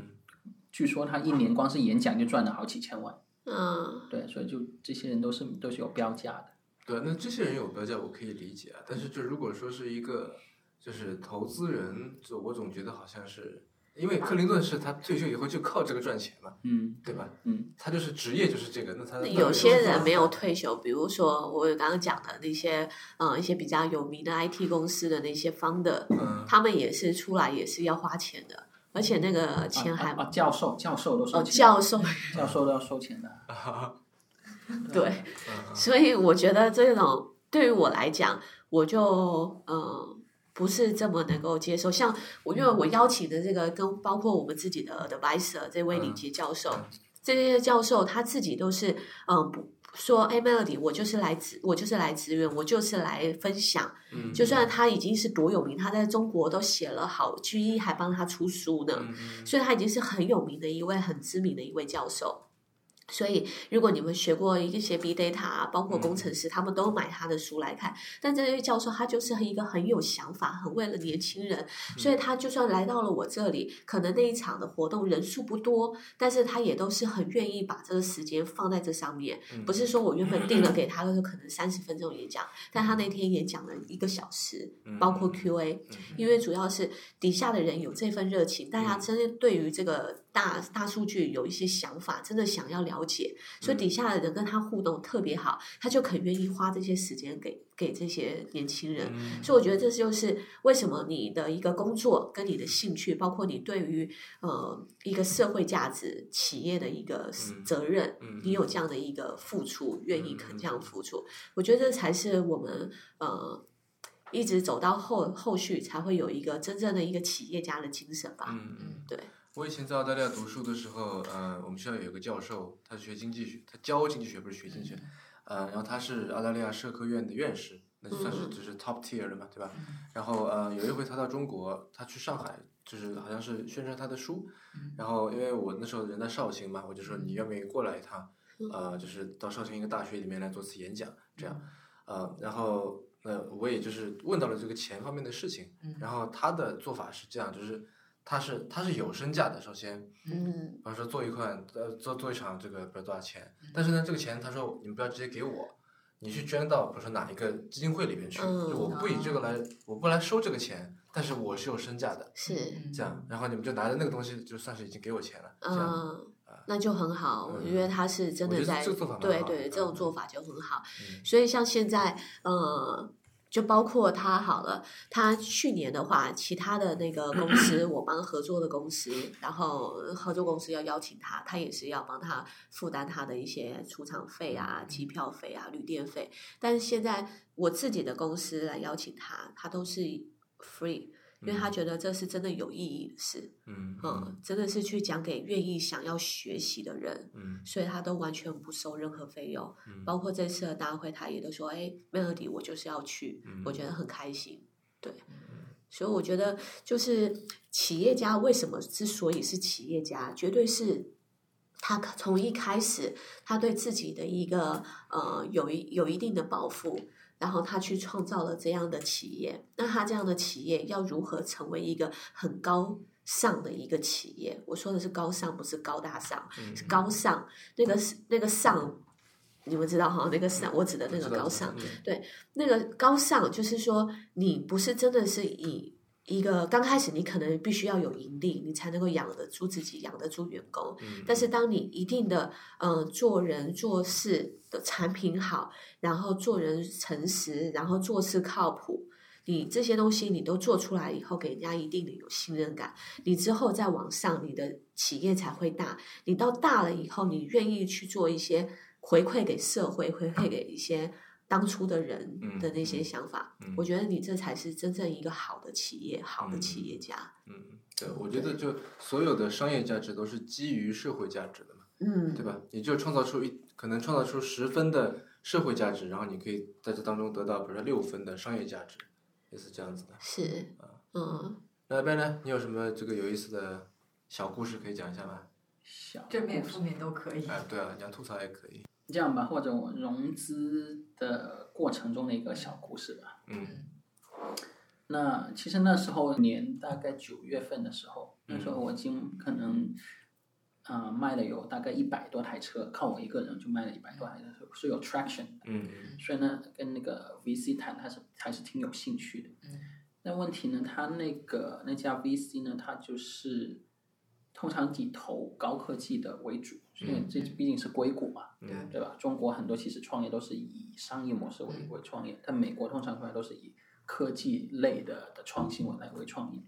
Speaker 3: 据说他一年光是演讲就赚了好几千万，
Speaker 4: 嗯
Speaker 3: 对，所以就这些人都是都是有标价的。
Speaker 2: 对，啊那这些人有标价我可以理解啊，但是就如果说是一个就是投资人，就我总觉得好像是。因为克林顿是他退休以后就靠这个赚钱嘛，
Speaker 3: 嗯
Speaker 2: 对吧？
Speaker 3: 嗯，
Speaker 2: 他就是职业就是这个，那他
Speaker 4: 那有些人没有
Speaker 2: 退。
Speaker 4: 退休，比如说我刚刚讲的那些，呃，一些比较有名的 IT 公司的那些方的，
Speaker 2: 嗯
Speaker 4: 他们也是出来也是要花钱的，而且那个钱还
Speaker 3: 啊啊啊教授教授都
Speaker 4: 哦
Speaker 3: 收钱，
Speaker 4: 教授
Speaker 3: 教授都要收钱的。
Speaker 4: 对，
Speaker 2: 嗯
Speaker 4: 所以我觉得这种对于我来讲，我就嗯、呃不是这么能够接受。像我因为我邀请的这个跟包括我们自己的 advisor 这位
Speaker 2: 嗯
Speaker 4: 李杰教授，
Speaker 2: 嗯
Speaker 4: 这些教授他自己都是嗯、呃不说哎 Melody，我就是来支我就是来支援，我就是来分享。
Speaker 2: 嗯
Speaker 4: 就算他已经是多有名，他在中国都写了好 G 一还帮他出书呢。
Speaker 2: 嗯嗯
Speaker 4: 所以他已经是很有名的一位很知名的一位教授。所以，如果你们学过一些 Big Data，啊包括工程师，他们都买他的书来看。但这位教授他就是一个很有想法，很为了年轻人，所以他就算来到了我这里，可能那一场的活动人数不多，但是他也都是很愿意把这个时间放在这上面。
Speaker 2: 嗯
Speaker 4: 不是说我原本定了给他的可能三十分钟演讲，但他那天演讲了一个小时，
Speaker 2: 嗯
Speaker 4: 包括 Q&A。因为主要是底下的人有这份热情，大家
Speaker 2: 嗯
Speaker 4: 真的对于这个大大数据有一些想法，真的想要了解，所
Speaker 2: 嗯
Speaker 4: 以底下的人跟他互动特别好，他就很愿意花这些时间给给这些年轻人。
Speaker 2: 嗯
Speaker 4: 所以我觉得这就是为什么你的一个工作跟你的兴趣，包括你对于呃一个社会价值、企业的一个
Speaker 2: 嗯
Speaker 4: 责任，
Speaker 2: 嗯
Speaker 4: 你有这样的一个付出，愿意肯
Speaker 2: 嗯
Speaker 4: 这样付出，我觉得这才是我们呃一直走到后后续才会有一个真正的一个企业家的精神吧。
Speaker 2: 嗯嗯，
Speaker 1: 嗯
Speaker 4: 对，
Speaker 2: 我以前在澳大利亚读书的时候，呃，我们学校有一个教授，他学经济学，他教经济学不是学经济学，呃，然后他是澳大利亚社科院的院士，那就算是
Speaker 4: 嗯
Speaker 2: 就是 top tier 的嘛，对吧？
Speaker 1: 嗯
Speaker 2: 然后呃，有一回他到中国，他去上海就是好像是宣传他的书，
Speaker 1: 嗯
Speaker 2: 然后因为我那时候人在绍兴嘛，我就说你愿不愿意过来一趟，
Speaker 1: 嗯
Speaker 2: 呃，就是到绍兴一个大学里面来做次演讲，这样，
Speaker 1: 嗯
Speaker 2: 呃，然后呃，我也就是问到了这个钱方面的事情，
Speaker 1: 嗯
Speaker 2: 然后他的做法是这样，就是他是他是有身价的，首先，
Speaker 4: 嗯，
Speaker 2: 他说做一款呃做做一场这个不知道多少钱，但是呢这个钱他说你们不要直接给我，你去捐到比如说哪一个基金会里面去，
Speaker 4: 嗯
Speaker 2: 就我不以这个来我不来收这个钱，但是我是有身价的，
Speaker 4: 是，
Speaker 1: 嗯
Speaker 2: 这样，然后你们就拿着那个东西就算是已经给我钱了，这样，
Speaker 4: 嗯，那就很好，
Speaker 2: 嗯
Speaker 4: 因为他是真
Speaker 2: 我
Speaker 4: 的
Speaker 2: 觉得
Speaker 4: 在
Speaker 2: 这个做法蛮
Speaker 4: 对
Speaker 2: 好的
Speaker 4: 对，
Speaker 2: 嗯
Speaker 4: 这种做法就很好。
Speaker 2: 嗯
Speaker 4: 所以像现在，呃，就包括他好了，他去年的话，其他的那个 公司，我帮合作的公司，然后合作公司要邀请他，他也是要帮他负担他的一些出场费啊、
Speaker 2: 嗯
Speaker 4: 机票费啊、旅店费。但是现在我自己的公司来邀请他，他都是 free，因为他觉得这是真的有意义的事，
Speaker 2: 嗯
Speaker 4: 嗯，真的是去讲给愿意想要学习的人。
Speaker 2: 嗯
Speaker 4: 所以他都完全不收任何费用，
Speaker 2: 嗯
Speaker 4: 包括这次的大会，他也都说：“哎，Melody，我就是要去，
Speaker 2: 嗯
Speaker 4: 我觉得很开心。”对，所以我觉得就是企业家为什么之所以是企业家，绝对是他从一开始他对自己的一个呃有一有一定的抱负，然后他去创造了这样的企业。那他这样的企业要如何成为一个很高尚的一个企业？我说的是高尚，不是高大上，
Speaker 2: 嗯
Speaker 4: 是高尚。那个是那个上，你们知道哈？那个上，我指的那
Speaker 2: 知
Speaker 4: 个
Speaker 2: 道
Speaker 4: 高
Speaker 2: 知道
Speaker 4: 尚，
Speaker 2: 嗯
Speaker 4: 那个高尚就是说，你不是真的是以一个刚开始，你可能必须要有盈利，你才能够养得住自己，养得住员工。
Speaker 2: 嗯
Speaker 4: 但是当你一定的呃做人做事的产品好，然后做人诚实，然后做事靠谱，你这些东西你都做出来以后，给人家一定的有信任感，你之后再往上，你的企业才会大。你到大了以后，你愿意去做一些回馈给社会，回馈给一些当初的人
Speaker 2: 嗯
Speaker 4: 的那些
Speaker 2: 嗯
Speaker 4: 想法，
Speaker 2: 嗯
Speaker 4: 我觉得你这才是真正一个好的企业，好的企业家。
Speaker 2: 嗯对，我觉得就所有的商业价值都是基于社会价值的嘛，
Speaker 4: 嗯，
Speaker 2: 对吧？你就创造出一可能创造出十分的社会价值，然后你可以在这当中得到比如说六分的商业价值，类似这样子的。
Speaker 4: 是，嗯，
Speaker 2: 那边呢？你有什么这个有意思的小故事可以讲一下吗？
Speaker 3: 小
Speaker 1: 正面
Speaker 3: 故事
Speaker 1: 负面都可以。
Speaker 2: 哎，对啊，你要吐槽也可以。
Speaker 3: 这样吧，或者我融资的过程中的一个小故事吧。
Speaker 2: 嗯
Speaker 3: 那其实那时候年大概九月份的时候，
Speaker 2: 嗯
Speaker 3: 那时候我已经可能，呃，卖了有大概一百多台车，靠我一个人就卖了一百多台车，是有 traction 的。
Speaker 2: 嗯
Speaker 3: 所以呢，跟那个 VC 谈还是还是挺有兴趣的。
Speaker 1: 嗯
Speaker 3: 但问题呢，他那个那家 VC 呢，它就是通常以投高科技的为主，因为这毕竟是硅谷嘛，
Speaker 2: 嗯
Speaker 3: 对吧？中国很多其实创业都是以商业模式为为创业，但美国通常出来都是以科技类的的创新为来为创业。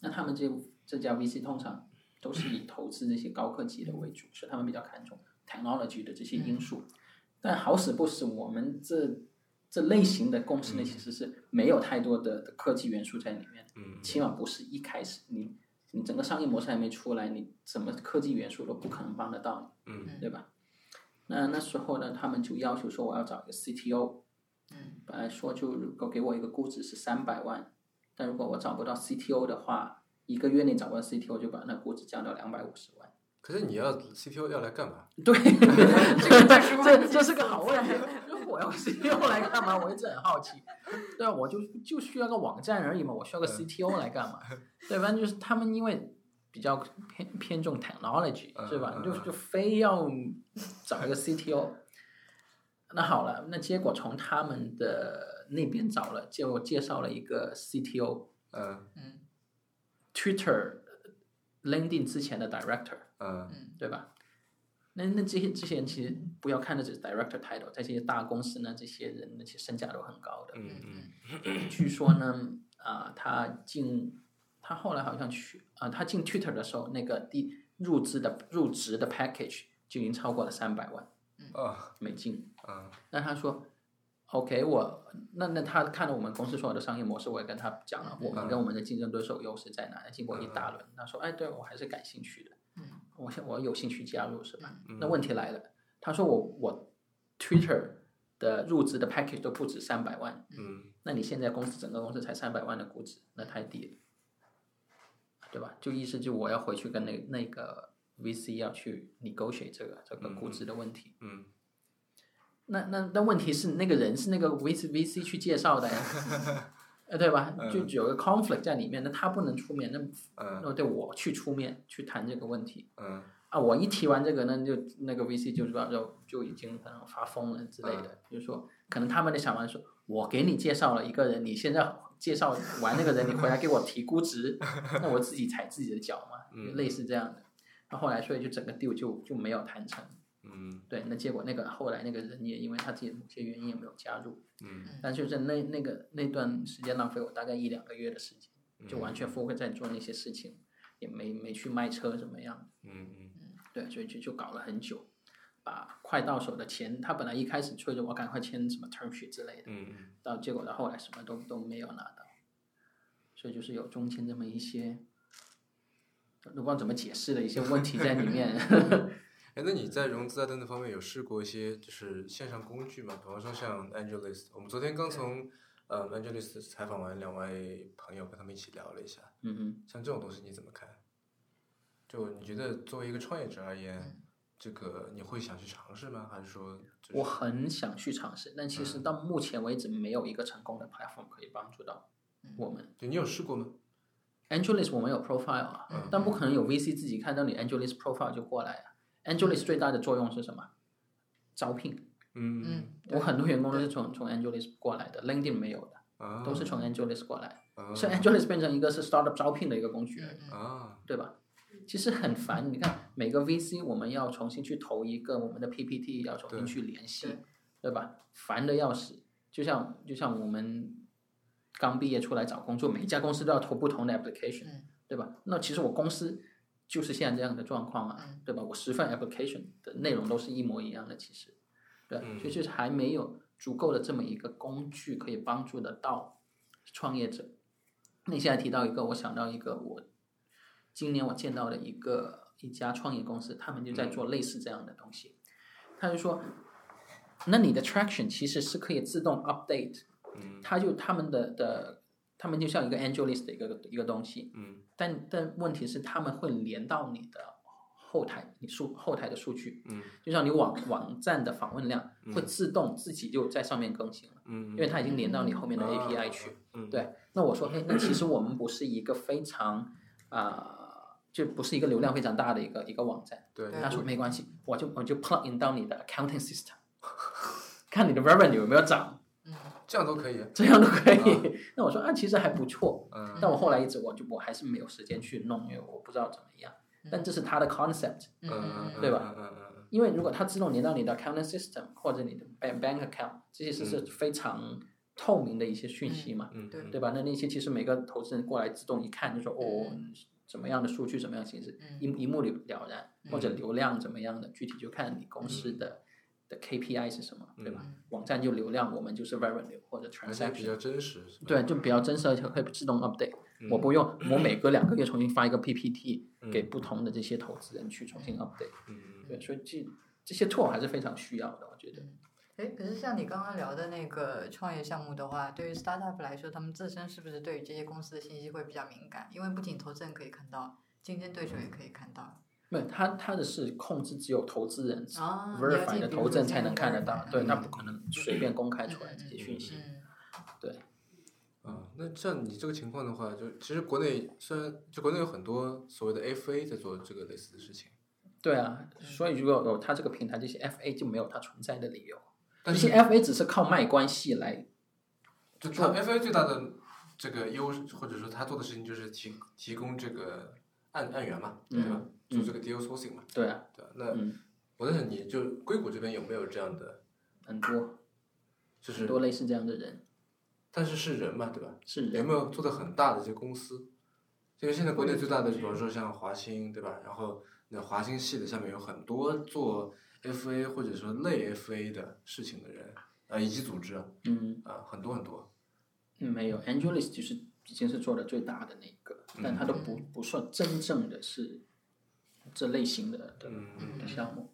Speaker 3: 那他们这这家 VC 通常都是以投资这些高科技的为主，所以他们比较看重 technology 的这些因素。但好死不死，我们这这类型的公司呢，其实是没有太多的的科技元素在里面，
Speaker 2: 嗯
Speaker 3: 起码不是一开始你你整个商业模式还没出来，你什么科技元素都不可能帮得到你。
Speaker 2: 嗯
Speaker 3: 对吧？那那时候呢，他们就要求说我要找一个 CTO，
Speaker 1: 嗯
Speaker 3: 本来说就如果给我一个估值是三百万，但如果我找不到 CTO 的话，一个月内找不到 CTO 就把那估值降到两百五十万。
Speaker 2: 可是你要 CTO 要来干嘛？
Speaker 3: 对，
Speaker 1: 这个
Speaker 3: 这这是个好问 题。如果我要 CTO 来干嘛？我一直很好奇。对啊，我就就需要个网站而已嘛，我需要个
Speaker 2: 嗯
Speaker 3: CTO 来 干嘛？对，反正就是他们因为比较偏偏重 technology，
Speaker 2: 嗯
Speaker 3: 对吧
Speaker 2: 嗯？
Speaker 3: 就
Speaker 2: 嗯
Speaker 3: 就非要找一个 CTO。那好了，那结果从他们的那边找了，就介绍了一个 CTO
Speaker 2: 嗯
Speaker 1: 嗯
Speaker 3: Twitter、LinkedIn 之前的 director。
Speaker 2: 嗯
Speaker 1: 嗯
Speaker 3: 对吧？那那这些这些人其实不要看的只是 director title，在这些大公司呢，这些人呢其实身价都很高的。
Speaker 2: 嗯嗯
Speaker 1: 嗯
Speaker 3: 据说呢，啊、他进他后来好像去啊、他进 Twitter 的时候，那个第入职的入职的 package 就已经超过了三百万
Speaker 2: 哦
Speaker 3: 美金。
Speaker 2: 嗯
Speaker 3: 那他说，OK，我那那他看了我们公司所有的商业模式，我也跟他讲了，我们跟我们的竞争对手优势在哪。经过一大轮，他说，哎，对我还是感兴趣的。
Speaker 1: 嗯
Speaker 3: 我想我有兴趣加入是吧？
Speaker 2: 嗯
Speaker 3: 那问题来了，他说我我 Twitter 的入职的 package 都不止三百万，
Speaker 2: 嗯
Speaker 3: 那你现在公司整个公司才三百万的估值，那太低了，对吧？就意思就我要回去跟那那个 VC 要去 negotiate 这个这个估值的问题。
Speaker 2: 嗯，
Speaker 3: 那那那问题是那个人是那个 VC VC 去介绍 的呀，呃对吧？就
Speaker 2: 嗯
Speaker 3: 有个 conflict 在里面，那他不能出面，那
Speaker 2: 嗯
Speaker 3: 那对我去出面去谈这个问题
Speaker 2: 嗯
Speaker 3: 啊！我一提完这个呢，就那个 VC 就说就就已经可能发疯了之类的，就说可能他们的想法是说，我给你介绍了一个人，你现在介绍完那个人，你回来给我提估值，那我自己踩自己的脚嘛，
Speaker 2: 嗯
Speaker 3: 类似这样的。那后来所以就整个 deal 就就没有谈成。
Speaker 2: 嗯
Speaker 3: 对，那结果那个后来那个人也因为他自己的某些原因也没有加入，
Speaker 2: 嗯，
Speaker 3: 但就是那那个那段时间浪费我大概一两个月的时间，
Speaker 2: 嗯
Speaker 3: 就完全 focus 在做那些事情，也没没去卖车怎么样，
Speaker 2: 嗯嗯
Speaker 3: 对，所以就就搞了很久，把快到手的钱，他本来一开始催着我赶快签什么 term sheet 之类的，
Speaker 2: 嗯
Speaker 3: 到结果到后来什么都都没有拿到，所以就是有中间这么一些，我不知道怎么解释的一些问题在里面。
Speaker 2: 哎，那你在融资啊等等方面有试过一些就是线上工具吗？比方说像 AngelList，我们昨天刚从呃 AngelList 采访完两位朋友，跟他们一起聊了一下，
Speaker 3: 嗯哼。
Speaker 2: 像这种东西你怎么看？就你觉得作为一个创业者而言
Speaker 1: 嗯，
Speaker 2: 这个你会想去尝试吗？还是说就是
Speaker 3: 我很想去尝试，但其实到目前为止没有一个成功的 platform 可以帮助到我们。
Speaker 2: 就你有试过吗？
Speaker 3: AngelList 我们有 profile 啊，
Speaker 2: 嗯
Speaker 3: 但不可能有 VC 自己看到你 AngelList profile 就过来啊。AngelList 最大的作用是什么？招聘。
Speaker 2: 嗯
Speaker 1: 嗯，
Speaker 3: 我很多员工都是从从 AngelList 过来的，LinkedIn 没有的，
Speaker 2: 啊，
Speaker 1: 嗯
Speaker 3: 都是从 AngelList 过来，
Speaker 2: 啊
Speaker 3: 所以 AngelList 变成一个是 startup 招聘的一个工具而已。
Speaker 1: 嗯嗯
Speaker 2: 啊，
Speaker 3: 对吧？其实很烦，你看每个 VC 我们要重新去投一个我们的 PPT，要重新去联系，
Speaker 1: 对
Speaker 3: 对吧？烦的要死。就像就像我们刚毕业出来找工作，每一家公司都要投不同的 application，、
Speaker 1: 嗯
Speaker 3: 对吧？那其实我公司就是现在这样的状况啊，
Speaker 1: 嗯
Speaker 3: 对吧？我十份 application 的内容都是一模一样的，其实，对，
Speaker 2: 嗯
Speaker 3: 所以就是还没有足够的这么一个工具可以帮助得到创业者。那你现在提到一个，我想到一个，我今年我见到的一个一家创业公司，他们就在做类似这样的东西。他就说，那你的 traction 其实是可以自动 update，
Speaker 2: 嗯
Speaker 3: 他就他们的的，他们就像一个 angel list 的一个一个东西，
Speaker 2: 嗯
Speaker 3: 但但问题是他们会连到你的后台，你数后台的数据，
Speaker 2: 嗯
Speaker 3: 就像你网网站的访问量
Speaker 2: 嗯
Speaker 3: 会自动自己就在上面更新了，
Speaker 2: 嗯，
Speaker 3: 因为它已经连到你后面的
Speaker 2: 啊
Speaker 3: API 去。，
Speaker 2: 嗯，
Speaker 3: 对，那我说，嘿，那其实我们不是一个非常啊、就不是一个流量非常大的一个一个网站。
Speaker 2: 对，
Speaker 1: 对
Speaker 3: 他说
Speaker 2: 我
Speaker 3: 没关系，我就我就 plug in 到你的 accounting system，看你的 revenue 有没有涨，
Speaker 2: 这样都可以，
Speaker 3: 这样都可以。
Speaker 2: 啊
Speaker 3: 那我说啊，其实还不错。
Speaker 2: 嗯
Speaker 3: 但我后来一直我就我还是没有时间去弄，因为我不知道怎么样。但这是他的 concept，
Speaker 1: 嗯嗯嗯
Speaker 3: 对吧
Speaker 2: 嗯嗯嗯
Speaker 3: 因为如果它自动连到你的 accounting system 或者你的 bank bank account，这些是是
Speaker 2: 嗯
Speaker 3: 非常透明的一些讯息嘛。
Speaker 2: 嗯，
Speaker 1: 对
Speaker 2: 嗯
Speaker 3: 对吧？那那些其实每个投资人过来自动一看就说哦，
Speaker 2: 嗯
Speaker 3: 怎么样的数据，怎么样的形式，
Speaker 1: 嗯
Speaker 3: 一一目了然，
Speaker 2: 嗯
Speaker 3: 或者流量怎么样的，具体就看你公司的的 KPI 是什么，对吧？
Speaker 2: 嗯
Speaker 3: 网站就流量，我们就是 revenue 或者
Speaker 2: 而且比
Speaker 3: transaction，
Speaker 2: 较真实，是吧
Speaker 3: 对，就比较真实，而且会自动 update。我嗯不用，我每隔两个月重新发一个 PPT
Speaker 2: 嗯
Speaker 3: 给不同的这些投资人去重新 update，
Speaker 2: 嗯
Speaker 3: 对，所以这这些 tool 还是非常需要的，我觉得。
Speaker 1: 哎，可是像你刚刚聊的那个创业项目的话，对于 startup 来说，他们自身是不是对于这些公司的信息会比较敏感？因为不仅投资人可以看到，竞争对手也可以看到。
Speaker 3: 没有，他他的是控制只有投资人
Speaker 1: 啊
Speaker 3: verify 的投资人才能看得到，对，
Speaker 1: 嗯
Speaker 3: 他不可能随便公开出来这些讯息。
Speaker 1: 嗯
Speaker 3: 对，
Speaker 2: 啊，那像你这个情况的话，就其实国内虽然就国内有很多所谓的 AFA 在做这个类似的事情，
Speaker 3: 对啊，
Speaker 1: 嗯
Speaker 3: 所以如果有他这个平台，这些 FA 就没有它存在的理由。这
Speaker 1: 嗯
Speaker 2: 但
Speaker 3: 些
Speaker 2: 是
Speaker 3: FA 只是靠卖关系来，
Speaker 2: 就做 AFA 最大的这个优势，或者说他做的事情就是提提供这个案案源嘛，对吧？做这个 deal sourcing 嘛，
Speaker 3: 对啊，
Speaker 2: 对吧？那
Speaker 3: 嗯，
Speaker 2: 我在想，你就硅谷这边有没有这样的，
Speaker 3: 很多
Speaker 2: 就
Speaker 3: 很
Speaker 2: 是
Speaker 3: 多类似这样的人
Speaker 2: 但是是人嘛，对吧？
Speaker 3: 是
Speaker 2: 有
Speaker 3: 人，
Speaker 2: 没有做的很大的这些公司？因为现在国内最大的，比
Speaker 1: 嗯
Speaker 2: 方说像华兴，对吧？然后那华兴系的下面有很多做 FA 或者说类 FA 的事情的人，呃，以及组织啊、
Speaker 3: 嗯，
Speaker 2: 呃很多很多。
Speaker 3: 没有 Angelus 就是已经是做的最大的那一个，但他都
Speaker 2: 嗯
Speaker 3: 不不算真正的是这类型的的
Speaker 2: 嗯
Speaker 3: 的项目，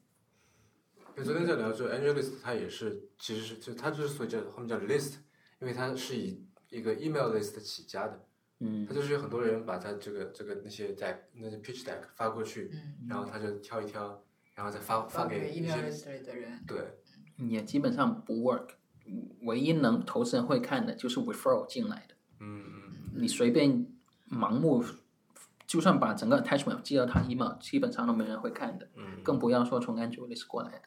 Speaker 2: 因为昨天在聊，就 AngelList 它也是，其实是就它之所以叫后面叫 list，因为它是以一个 email list 起家的，
Speaker 3: 嗯
Speaker 2: 它，就是有很多人把它这个这个那些 deck 那些 pitch deck 发过去，
Speaker 1: 嗯，
Speaker 2: 然后他就挑一挑，然后再发发
Speaker 1: 发给
Speaker 2: 一些
Speaker 1: email list 里的人，
Speaker 2: 对
Speaker 3: 也基本上不 work。唯一能投资人会看的就是 referral 进来的，
Speaker 2: 嗯嗯
Speaker 3: 你随便盲目，就算把整个 attachment 寄到他 email，基本上都没人会看的。
Speaker 2: 嗯，
Speaker 3: 更不要说从 Angel List 过来的，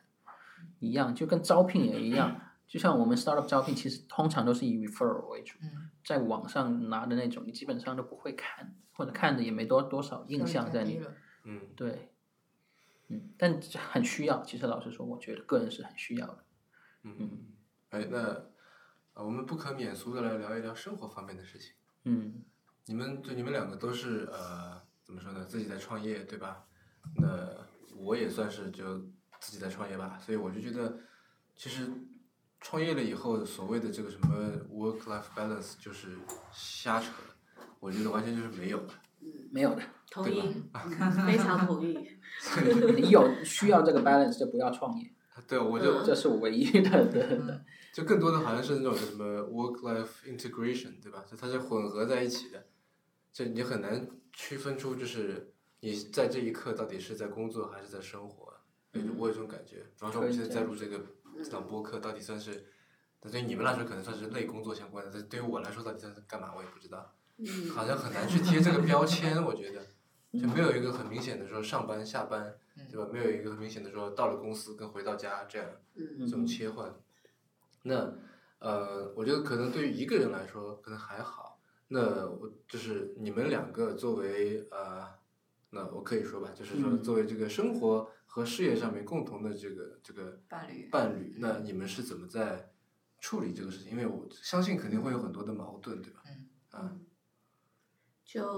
Speaker 3: 一样，就跟招聘也一样。就像我们 startup 招聘，其实通常都是以 referral 为主，
Speaker 1: 嗯，
Speaker 3: 在网上拿的那种，你基本上都不会看，或者看的也没多多少印象
Speaker 1: 稍微降
Speaker 3: 在里
Speaker 1: 低
Speaker 3: 面。
Speaker 1: 了
Speaker 2: 嗯
Speaker 3: 对，嗯，但很需要。其实老实说，我觉得个人是很需要的。
Speaker 2: 嗯，哎，那呃我们不可免俗的来聊一聊生活方面的事情。
Speaker 3: 嗯
Speaker 2: 你们就你们两个都是呃，怎么说呢？自己在创业，对吧？那我也算是就自己在创业吧，所以我就觉得，其实创业了以后，所谓的这个什么 work life balance 就是瞎扯，我觉得完全就是没有的。
Speaker 3: 没有的，
Speaker 4: 同
Speaker 2: 对吧
Speaker 4: 意，嗯非常同意。
Speaker 3: 你有需要这个 balance 就不要创业，
Speaker 2: 对，我就
Speaker 3: 这是我唯一的的的。
Speaker 2: 就更多的好像是那种什么 work life integration，对吧？就它是混合在一起的，就你很难区分出就是你在这一刻到底是在工作还是在生活。有我有这种感觉，比方说我们现在在录这个这档播客，到底算是，那对于你们来说可能算是类工作相关的，但对于我来说到底算是干嘛我也不知道，
Speaker 4: 嗯，
Speaker 2: 好像很难去贴这个标签，我觉得就没有一个很明显的说上班下班，对吧？没有一个很明显的说到了公司跟回到家这样。
Speaker 4: 嗯
Speaker 2: 这种切换。那呃，我觉得可能对于一个人来说可能还好。那我就是你们两个作为呃，那我可以说吧，就是说
Speaker 3: 嗯
Speaker 2: 作为这个生活和事业上面共同的这个这个
Speaker 1: 伴侣，
Speaker 2: 伴侣，那你们是怎么在处理这个事情？因为我相信肯定会有很多的矛盾，对吧？
Speaker 1: 嗯
Speaker 2: 啊，
Speaker 4: 就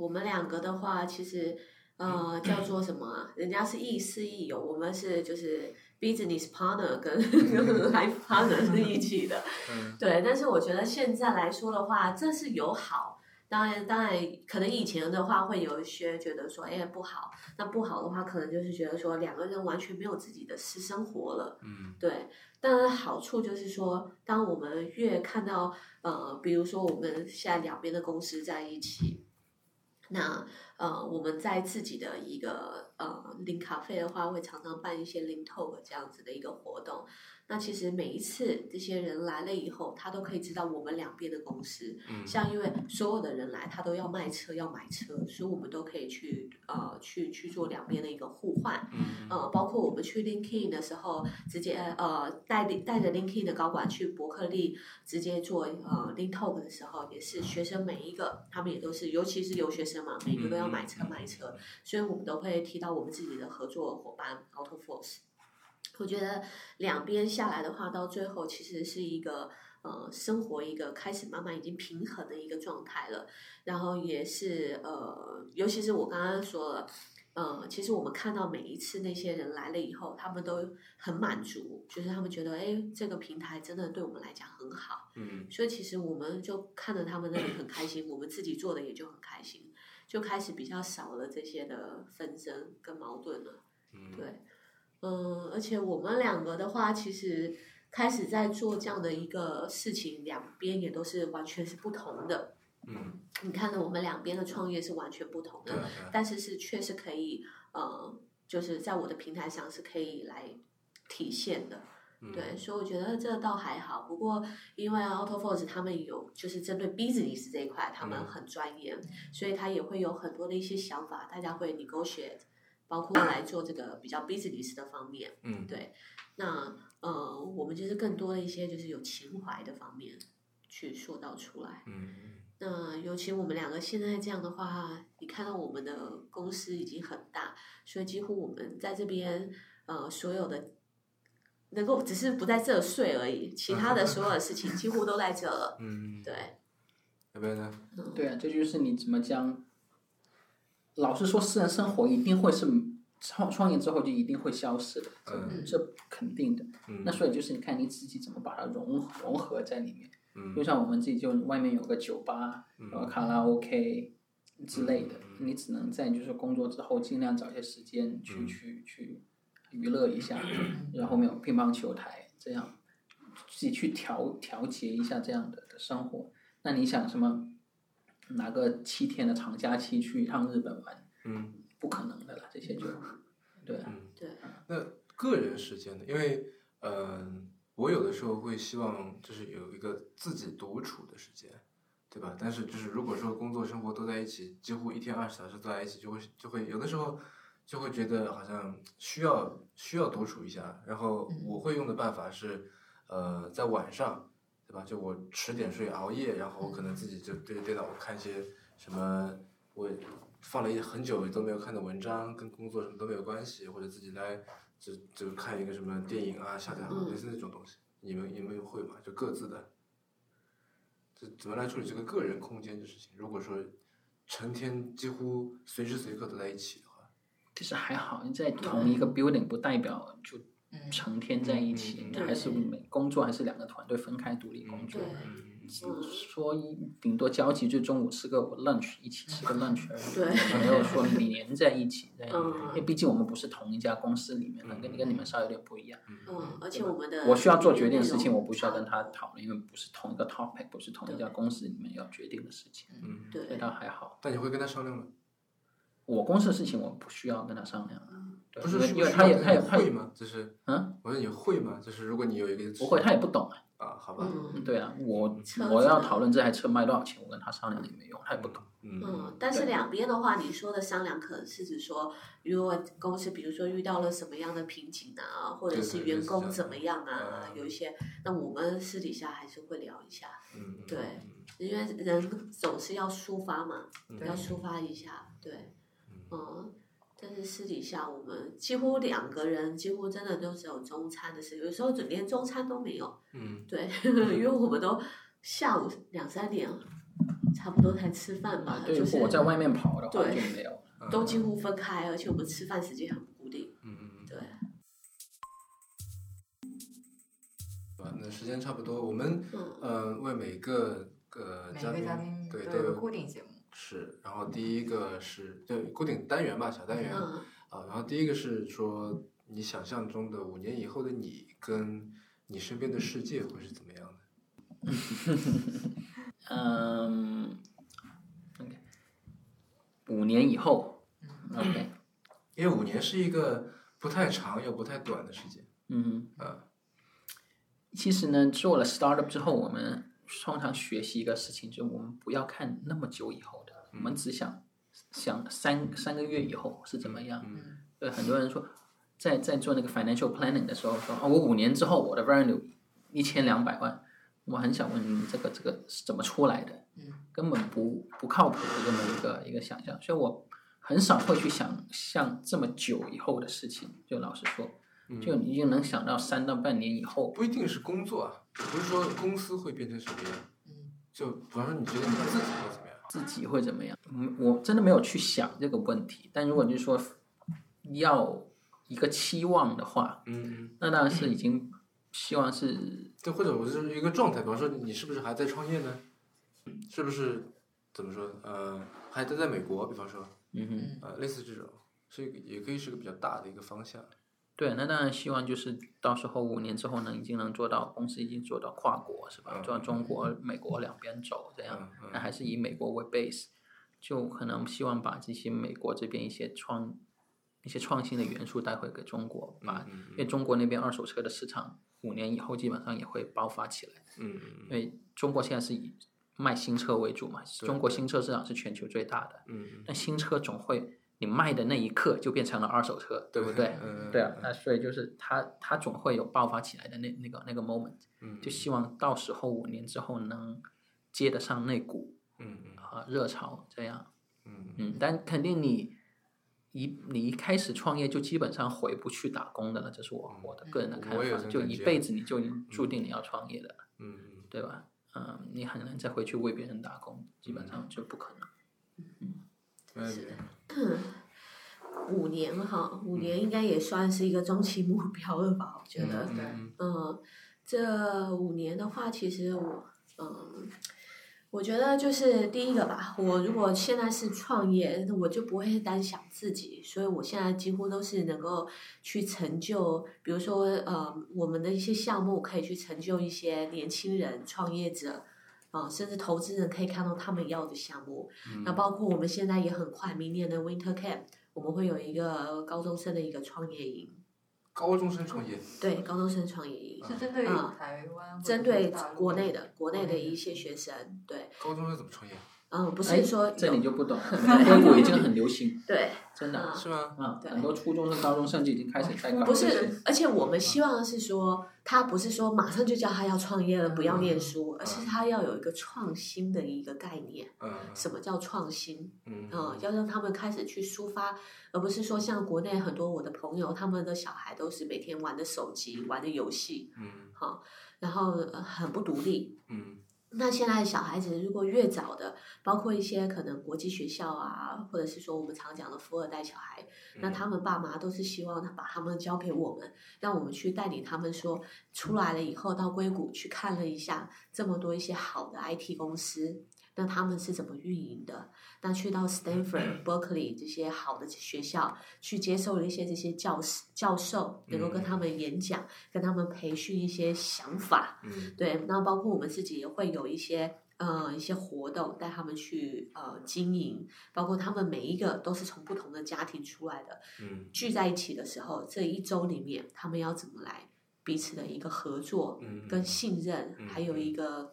Speaker 4: 我们两个的话，其实
Speaker 2: 嗯
Speaker 4: 呃叫做什么啊？人家是亦师亦友，我们是就是 business partner 跟 life partner 是一起的。
Speaker 2: 嗯
Speaker 4: 对，但是我觉得现在来说的话，这是有好。当然，当然，可能以前的话会有一些觉得说，哎，不好。那不好的话，可能就是觉得说，两个人完全没有自己的私生活了。
Speaker 2: 嗯
Speaker 4: 对，当然好处就是说，当我们越看到呃，比如说我们现在两边的公司在一起，那呃，我们在自己的一个呃零咖啡的话，会常常办一些零 talk 这样子的一个活动。那其实每一次这些人来了以后，他都可以知道我们两边的公司，
Speaker 2: 嗯
Speaker 4: 像因为所有的人来，他都要卖车要买车，所以我们都可以去呃去去做两边的一个互换。
Speaker 2: 嗯
Speaker 4: 呃，包括我们去 LinkedIn 的时候，直接呃带带着 LinkedIn 的高管去伯克利直接做呃 Link Talk 的时候，也是学生每一个他们也都是，尤其是留学生嘛，每个
Speaker 2: 嗯
Speaker 4: 都要买车买车，所以我们都会提到我们自己的合作伙伴 AutoForce。我觉得两边下来的话，到最后其实是一个呃生活一个开始慢慢已经平衡的一个状态了。然后也是呃，尤其是我刚刚说了，呃，其实我们看到每一次那些人来了以后，他们都很满足，就是他们觉得，哎，这个平台真的对我们来讲很好，
Speaker 2: 嗯
Speaker 4: 所以其实我们就看着他们那里很开心，我们自己做的也就很开心，就开始比较少了这些的纷争跟矛盾了。
Speaker 2: 嗯，
Speaker 4: 对，嗯，而且我们两个的话，其实开始在做这样的一个事情，两边也都是完全是不同的。
Speaker 2: 嗯
Speaker 4: 你看呢，我们两边的创业是完全不同
Speaker 2: 对啊
Speaker 4: 的，
Speaker 2: 对啊，
Speaker 4: 但是是确实可以，呃，就是在我的平台上是可以来体现的。
Speaker 2: 嗯
Speaker 4: 对，所以我觉得这倒还好。不过因为 AutoForce 他们有就是针对 business 这一块，他们
Speaker 2: 嗯
Speaker 4: 很专业，所以他也会有很多的一些想法，大家会 negotiate，包括来做这个比较 business 的方面。
Speaker 2: 嗯
Speaker 4: 对，那呃，我们就是更多的一些就是有情怀的方面去说到出来。
Speaker 2: 嗯
Speaker 4: 那尤其我们两个现在这样的话，你看到我们的公司已经很大，所以几乎我们在这边呃所有的能够只是不在这睡而已，其他的所有的事情几乎都在这了。
Speaker 2: 嗯，
Speaker 4: 对，，
Speaker 2: 要不然呢？
Speaker 4: 嗯，
Speaker 3: 对啊，这就是你怎么将。老实说，私人生活一定会是创创业之后就一定会消失的，这
Speaker 2: 嗯
Speaker 3: 这肯定的。
Speaker 2: 嗯，
Speaker 3: 那所以就是你看你自己怎么把它融融合在里面，
Speaker 2: 嗯
Speaker 3: 就像我们自己就外面有个酒吧，
Speaker 2: 嗯
Speaker 3: 有个卡拉 OK 之类的，
Speaker 2: 嗯
Speaker 3: 你只能在就是工作之后尽量找一些时间去、
Speaker 2: 嗯
Speaker 3: 去去娱乐 一下，然后后面有乒乓球台这样，自己去调调节一下这样的的生活。那你想什么？拿个七天的长假期去一趟日本玩，
Speaker 2: 嗯，
Speaker 3: 不可能的啦，这些就，对啊，
Speaker 4: 对，
Speaker 2: 那个人时间呢？因为嗯、我有的时候会希望就是有一个自己独处的时间，对吧？但是就是如果说工作生活都在一起，几乎一天二十小时都在一起，就会就会有的时候就会觉得好像需要需要独处一下。然后
Speaker 1: 嗯
Speaker 2: 我会用的办法是，呃，在晚上，对吧？就我迟点睡，熬夜，然后我可能自己就
Speaker 4: 嗯
Speaker 2: 对着电脑看一些什么我放了一很久都没有看的文章，跟工作什么都没有关系，或者自己来就就看一个什么电影啊，下载好
Speaker 4: 嗯
Speaker 2: 类似那种东西。你们你们会吗？就各自的，就怎么来处理这个个人空间的事情？如果说成天几乎随时随刻都在一起的话，
Speaker 3: 其实还好，你在同一个 building 不代表就
Speaker 1: 嗯，
Speaker 3: 成天在一起，
Speaker 2: 嗯
Speaker 3: 那还是每工作还是两个团队分开独立工作
Speaker 4: 对。
Speaker 2: 嗯，
Speaker 3: 说一顶多交集就中午吃个 lunch，一起吃个 lunch 而已，
Speaker 4: 对
Speaker 3: 也没有说连在一起在，
Speaker 4: 嗯
Speaker 3: 因为毕竟我们不是同一家公司里面的，
Speaker 2: 嗯
Speaker 3: 跟跟你们稍微有点不一样。
Speaker 4: 嗯，而且我们的
Speaker 3: 我需要做决定的事情，
Speaker 4: 内
Speaker 3: 我
Speaker 4: 容
Speaker 3: 不需要跟他讨论，因为不是同一个 topic，不是同一家公司里面要决定的事情，
Speaker 2: 嗯，
Speaker 4: 对
Speaker 3: 所以倒还好。
Speaker 2: 但你会跟他商量吗？
Speaker 3: 我公司的事情我不需要跟他商量，对
Speaker 2: 不是
Speaker 3: 因为
Speaker 2: 说
Speaker 3: 因为他也
Speaker 2: 说
Speaker 3: 他也
Speaker 2: 你
Speaker 3: 他
Speaker 2: 会
Speaker 3: 也
Speaker 2: 吗？就是
Speaker 3: 嗯，
Speaker 2: 我说你会吗？就是如果你有一个
Speaker 3: 不会，他也不懂啊。
Speaker 2: 啊，好吧，
Speaker 4: 嗯
Speaker 3: 对啊，我
Speaker 4: 车
Speaker 3: 我
Speaker 4: 子
Speaker 3: 要
Speaker 4: 的
Speaker 3: 讨论这台车卖多少钱，我跟他商量也没用，他也不懂。
Speaker 2: 嗯
Speaker 4: 嗯，但是
Speaker 3: 对
Speaker 4: 两边的话，你说的商量可能是指说，如果公司比如说遇到了什么样的瓶颈啊，或者
Speaker 2: 对
Speaker 4: 是
Speaker 2: 对
Speaker 4: 员
Speaker 2: 类似这
Speaker 4: 工
Speaker 2: 样
Speaker 4: 怎么样
Speaker 2: 的
Speaker 4: 啊，
Speaker 2: 嗯
Speaker 4: 有一些，那我们私底下还是会聊一下，
Speaker 2: 嗯，嗯
Speaker 4: 对
Speaker 2: 嗯
Speaker 4: 因为人总是要抒发嘛，
Speaker 2: 嗯
Speaker 4: 要抒发一下，对，
Speaker 2: 嗯
Speaker 4: 嗯。但是私底下，我们几乎两个人几乎真的都只有中餐的事，有时候就连中餐都没有。
Speaker 2: 嗯，
Speaker 4: 对， 因为我们都下午两三点差不多才吃饭
Speaker 2: 啊
Speaker 4: 吧，
Speaker 3: 对，
Speaker 4: 啊就
Speaker 3: 如
Speaker 4: 是
Speaker 3: 果我在外面跑的话
Speaker 4: 对
Speaker 3: 就没有。
Speaker 2: 嗯
Speaker 4: 都几乎分开，而且我们吃饭时间很不固定。
Speaker 2: 嗯嗯嗯
Speaker 4: 对，
Speaker 2: 吧？那时间差不多，我们
Speaker 4: 嗯
Speaker 2: 呃为每个呃
Speaker 1: 每
Speaker 2: 嘉
Speaker 1: 个
Speaker 2: 宾
Speaker 1: 嘉宾
Speaker 2: 对
Speaker 1: 都有个
Speaker 2: 有
Speaker 1: 固定节目，
Speaker 2: 是，然后第一个是就固定单元吧，小单元啊、
Speaker 4: 嗯
Speaker 2: 然后第一个是说你想象中的五年以后的你跟你身边的世界会是怎么样的？
Speaker 3: 嗯，OK，五年以后，OK，
Speaker 4: 嗯
Speaker 2: 因为五年是一个不太长又不太短的时间，
Speaker 3: 嗯，
Speaker 2: 啊，
Speaker 3: 其实呢，做了 startup 之后，我们通常学习一个事情，就我们不要看那么久以后的，我们只想想三三个月以后是怎么样。
Speaker 2: 嗯
Speaker 3: 对，很多人说，在在做那个 financial planning 的时候说，啊、我五年之后我的 revenue 一千两百万，我很想问你这个这个是怎么出来的？
Speaker 1: 嗯，
Speaker 3: 根本不不靠谱的这么一个一个想象，所以我很少会去想像这么久以后的事情。就老实说，就你就能想到三到半年以后。
Speaker 2: 不一定是工作啊，不是说公司会变成什么样，
Speaker 1: 嗯
Speaker 2: 就比方说你觉得你自己会怎么样？
Speaker 3: 自己会怎么样？嗯，我真的没有去想这个问题。但如果就是说要一个期望的话，
Speaker 2: 嗯嗯，
Speaker 3: 那当然是已经希望是
Speaker 2: 对，或者我就是一个状态，比方说你是不是还在创业呢？是不是怎么说？呃，还待在美国，比方说，
Speaker 3: 嗯哼，
Speaker 1: 嗯
Speaker 2: 呃，类似这种，是一个也可以是个比较大的一个方向。
Speaker 3: 对，那当然希望就是到时候五年之后呢，已经能做到公司已经做到跨国是吧？
Speaker 2: 嗯
Speaker 3: 做到中国、美国两边走这样啊
Speaker 2: 嗯嗯，
Speaker 3: 那还是以美国为 base，就可能希望把这些美国这边一些创一些创新的元素带回给中国，把
Speaker 2: 嗯
Speaker 3: 因为中国那边二手车的市场五年以后基本上也会爆发起来。
Speaker 2: 嗯
Speaker 3: 因为中国现在是以卖新车为主嘛，中国新车市场是全球最大的。
Speaker 2: 嗯，
Speaker 3: 但新车总会你卖的那一刻就变成了二手车，对 不对？
Speaker 2: 嗯，
Speaker 3: 对啊，那所以就是它它总会有爆发起来的那那个那个 moment，
Speaker 2: 嗯，
Speaker 3: 就希望到时候五年之后能接得上那股
Speaker 2: 嗯
Speaker 3: 啊、热潮这样。
Speaker 2: 嗯嗯
Speaker 3: 嗯，但肯定你一你一开始创业就基本上回不去打工的了，这是我我的个人的
Speaker 2: 嗯
Speaker 3: 看
Speaker 2: 我也有
Speaker 3: 法，
Speaker 2: 这种
Speaker 3: 就
Speaker 2: 感
Speaker 3: 一
Speaker 2: 觉
Speaker 3: 辈子你就注定你要创业的。
Speaker 2: 嗯
Speaker 3: 对吧？嗯，你很难再回去为别人打工，基本上就不可能。
Speaker 2: 嗯，
Speaker 4: 五年哈，五年应该也算是一个中期目标了吧？我觉得，
Speaker 2: 嗯
Speaker 4: 嗯，这五年的话，其实我，嗯，我觉得就是第一个吧，我如果现在是创业，我就不会单想自己，所以我现在几乎都是能够去成就，比如说，呃，我们的一些项目可以去成就一些年轻人创业者。啊、甚至投资人可以看到他们要的项目。
Speaker 2: 嗯
Speaker 4: 那包括我们现在也很快，明年的 Winter Camp 我们会有一个高中生的一个创业营，
Speaker 2: 高中生创业，
Speaker 4: 对，高中生创业营，
Speaker 1: 是针对
Speaker 4: 嗯
Speaker 1: 台湾或者
Speaker 4: 针对
Speaker 1: 大陆
Speaker 4: 国内的
Speaker 1: 国
Speaker 4: 国内的
Speaker 1: 内的
Speaker 4: 一些学生，对，
Speaker 2: 高中生怎么创业？
Speaker 4: 嗯，不
Speaker 3: 哎
Speaker 4: 是说
Speaker 3: 这
Speaker 4: 有
Speaker 3: 你就不懂，硅谷已经很流行，
Speaker 4: 对，
Speaker 3: 真的
Speaker 4: 嗯
Speaker 2: 是吗？
Speaker 3: 啊，
Speaker 4: 对
Speaker 3: 很多初中生、高中甚至已经开始在搞
Speaker 4: 不
Speaker 3: 这 些
Speaker 4: 是，而且我们希望的是说，他不是说马上就叫他要创业了，不要念书，而是他要有一个创新的一个概念。
Speaker 2: 嗯
Speaker 4: 什么叫创新？
Speaker 2: 嗯
Speaker 3: 哦
Speaker 4: 嗯，要让他们开始去抒发，而不是说像国内很多我的朋友，他们的小孩都是每天玩的手机、玩的游戏，
Speaker 2: 嗯
Speaker 4: 然后呃很不独立。
Speaker 2: 嗯
Speaker 4: 那现在小孩子如果越早的，包括一些可能国际学校啊，或者是说我们常讲的富二代小孩，
Speaker 2: 嗯
Speaker 4: 那他们爸妈都是希望他把他们交给我们，让我们去带领他们说出来了以后到硅谷去看了一下这么多一些好的 IT 公司，那他们是怎么运营的？那去到 Stanford、Berkeley 这些好的学校去接受了一些这些教师教授，能够跟他们演讲，跟他们培训一些想法。
Speaker 2: 嗯
Speaker 4: 对，那包括我们自己也会有一些呃一些活动带他们去呃经营，包括他们每一个都是从不同的家庭出来的，
Speaker 2: 嗯
Speaker 4: 聚在一起的时候，这一周里面他们要怎么来彼此的一个合作、
Speaker 2: 嗯
Speaker 4: 跟信任，
Speaker 2: 嗯
Speaker 4: 还有一个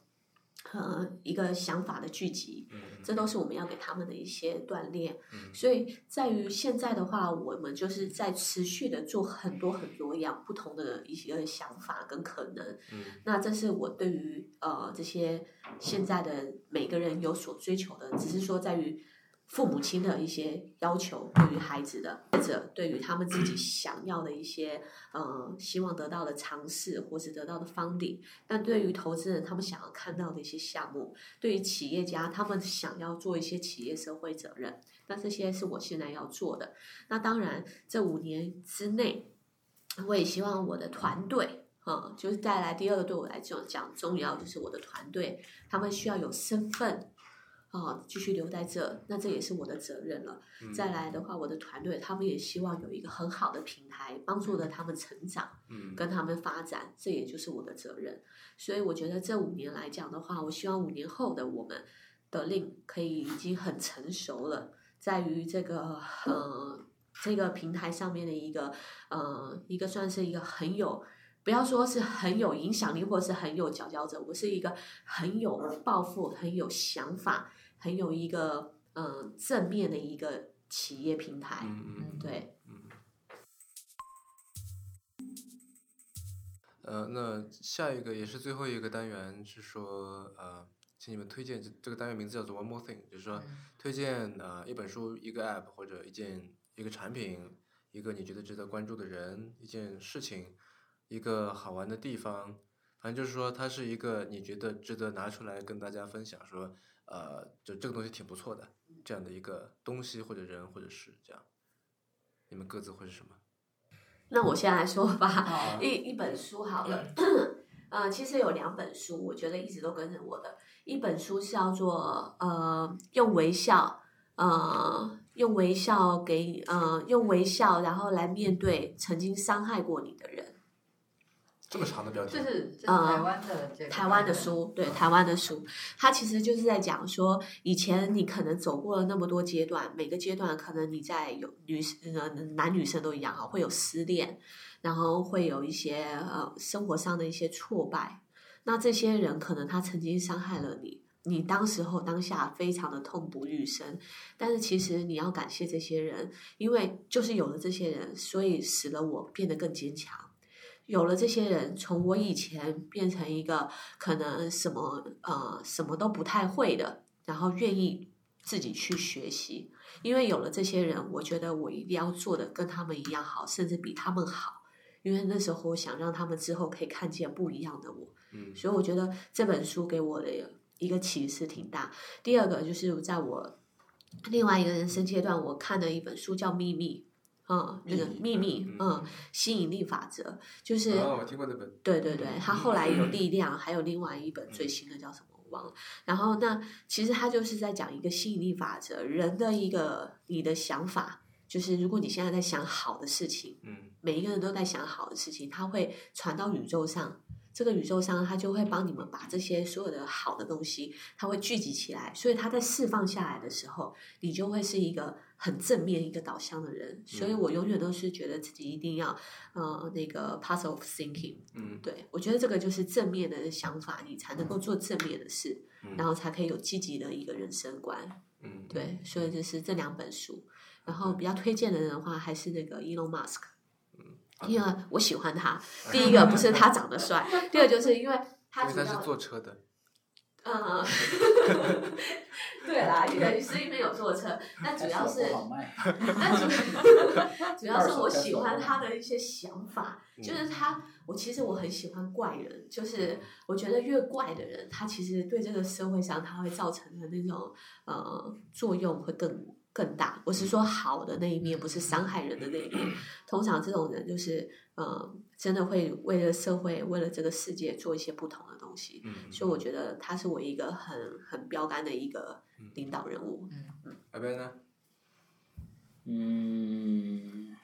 Speaker 4: 呃一个想法的聚集，
Speaker 2: 嗯
Speaker 4: 这都是我们要给他们的一些锻炼。所以在于现在的话，我们就是在持续的做很多很多样不同的一些想法跟可能。
Speaker 2: 嗯
Speaker 4: 那这是我对于呃这些现在的每个人有所追求的，只是说在于父母亲的一些要求对于孩子的，或者对于他们自己想要的一些呃希望得到的尝试或是得到的方顶。但对于投资人，他们想要看到的一些项目，对于企业家，他们想要做一些企业社会责任。那这些是我现在要做的。那当然，这五年之内，我也希望我的团队，嗯，就是带来第二个对我来讲讲重要，就是我的团队，他们需要有身份，啊、继续留在这，那这也是我的责任了。
Speaker 2: 嗯
Speaker 4: 再来的话，我的团队他们也希望有一个很好的平台，帮助了他们成长。
Speaker 2: 嗯
Speaker 4: 跟他们发展，这也就是我的责任。所以我觉得这五年来讲的话，我希望五年后的我们的令可以已经很成熟了，在于这个呃这个平台上面的一个呃一个算是一个很有。不要说是很有影响力，或是很有佼佼者，我是一个很有抱负、很有想法、很有一个嗯、呃正面的一个企业平台。
Speaker 2: 嗯
Speaker 4: 对，
Speaker 2: 嗯。呃，那下一个也是最后一个单元是说，呃，请你们推荐这这个单元名字叫做 One More Thing，就是
Speaker 1: 嗯
Speaker 4: 嗯
Speaker 2: 说推荐呃一本书、一个 App 或者一件一个产品、一个你觉得值得关注的人、一件事情、一个好玩的地方，反正就是说它是一个你觉得值得拿出来跟大家分享说，呃，就这个东西挺不错的这样的一个东西或者人或者是这样。你们各自会是什么？
Speaker 4: 那我先来说吧，
Speaker 1: 哦
Speaker 4: 一一本书好了。 呃，其实有两本书，我觉得一直都跟着我的。一本书是叫做呃，用微笑，呃，用微笑给呃，用微笑，然后来面对曾经伤害过你的人。
Speaker 2: 这么长的标题
Speaker 1: 这，是这是
Speaker 4: 呃
Speaker 1: 台湾的这个
Speaker 4: 台湾的书，对台湾的书，它其实就是在讲说，以前你可能走过了那么多阶段，每个阶段可能你在有女呃男女生都一样啊，会有失恋，然后会有一些呃生活上的一些挫败，那这些人可能他曾经伤害了你。你当时候当下非常的痛不欲生，但是其实你要感谢这些人，因为就是有了这些人，所以使得我变得更坚强。有了这些人，从我以前变成一个可能什么呃什么都不太会的，然后愿意自己去学习，因为有了这些人，我觉得我一定要做的跟他们一样好，甚至比他们好，因为那时候我想让他们之后可以看见不一样的我。
Speaker 2: 嗯
Speaker 4: 所以我觉得这本书给我的一个启示挺大。第二个就是在我另外一个人生阶段，我看的一本书叫《秘密》，嗯，那个秘密，嗯，吸引力法则，就是、
Speaker 2: 哦，我听过那本，
Speaker 4: 对对对，他后来有力量，还有另外一本最新的叫什么我忘了。然后那其实他就是在讲一个吸引力法则，人的一个你的想法，就是如果你现在在想好的事情，
Speaker 2: 嗯
Speaker 4: 每一个人都在想好的事情，它会传到宇宙上，这个宇宙商他就会帮你们把这些所有的好的东西，他会聚集起来，所以他在释放下来的时候，你就会是一个很正面、一个导向的人。所以
Speaker 2: 嗯
Speaker 4: 我永远都是觉得自己一定要，呃，那个 p a s s of thinking。
Speaker 2: 嗯
Speaker 4: 对我觉得这个就是正面的想法，你才能够做正面的事，
Speaker 2: 嗯
Speaker 4: 然后才可以有积极的一个人生观。
Speaker 2: 嗯，
Speaker 4: 对，所以就是这两本书。然后比较推荐的人的话，还是那个 Elon Musk，因
Speaker 2: 啊
Speaker 4: 为我喜欢他。第一个不是他长得帅，第二就是因为
Speaker 2: 因
Speaker 4: 他
Speaker 2: 为
Speaker 4: 主
Speaker 2: 他
Speaker 4: 要
Speaker 2: 是坐车的，
Speaker 4: 嗯， 对啦，对，所以没有坐车，但主要是
Speaker 3: 不好卖，
Speaker 4: 但主 主要是我喜欢他的一些想法，
Speaker 2: 嗯
Speaker 4: 就是他，我其实我很喜欢怪人，就是我觉得越怪的人，他其实对这个社会上他会造成的那种呃作用会更更大。我是说好的那一面，不是伤害人的那一 面。通常这种人就是呃，真的会为了社会，为了这个世界做一些不同的东西。
Speaker 2: 嗯，
Speaker 4: 所以我觉得他是我一个很很标杆的一个
Speaker 2: 嗯
Speaker 4: 领导人物。
Speaker 2: 阿边啊呢？
Speaker 3: 嗯，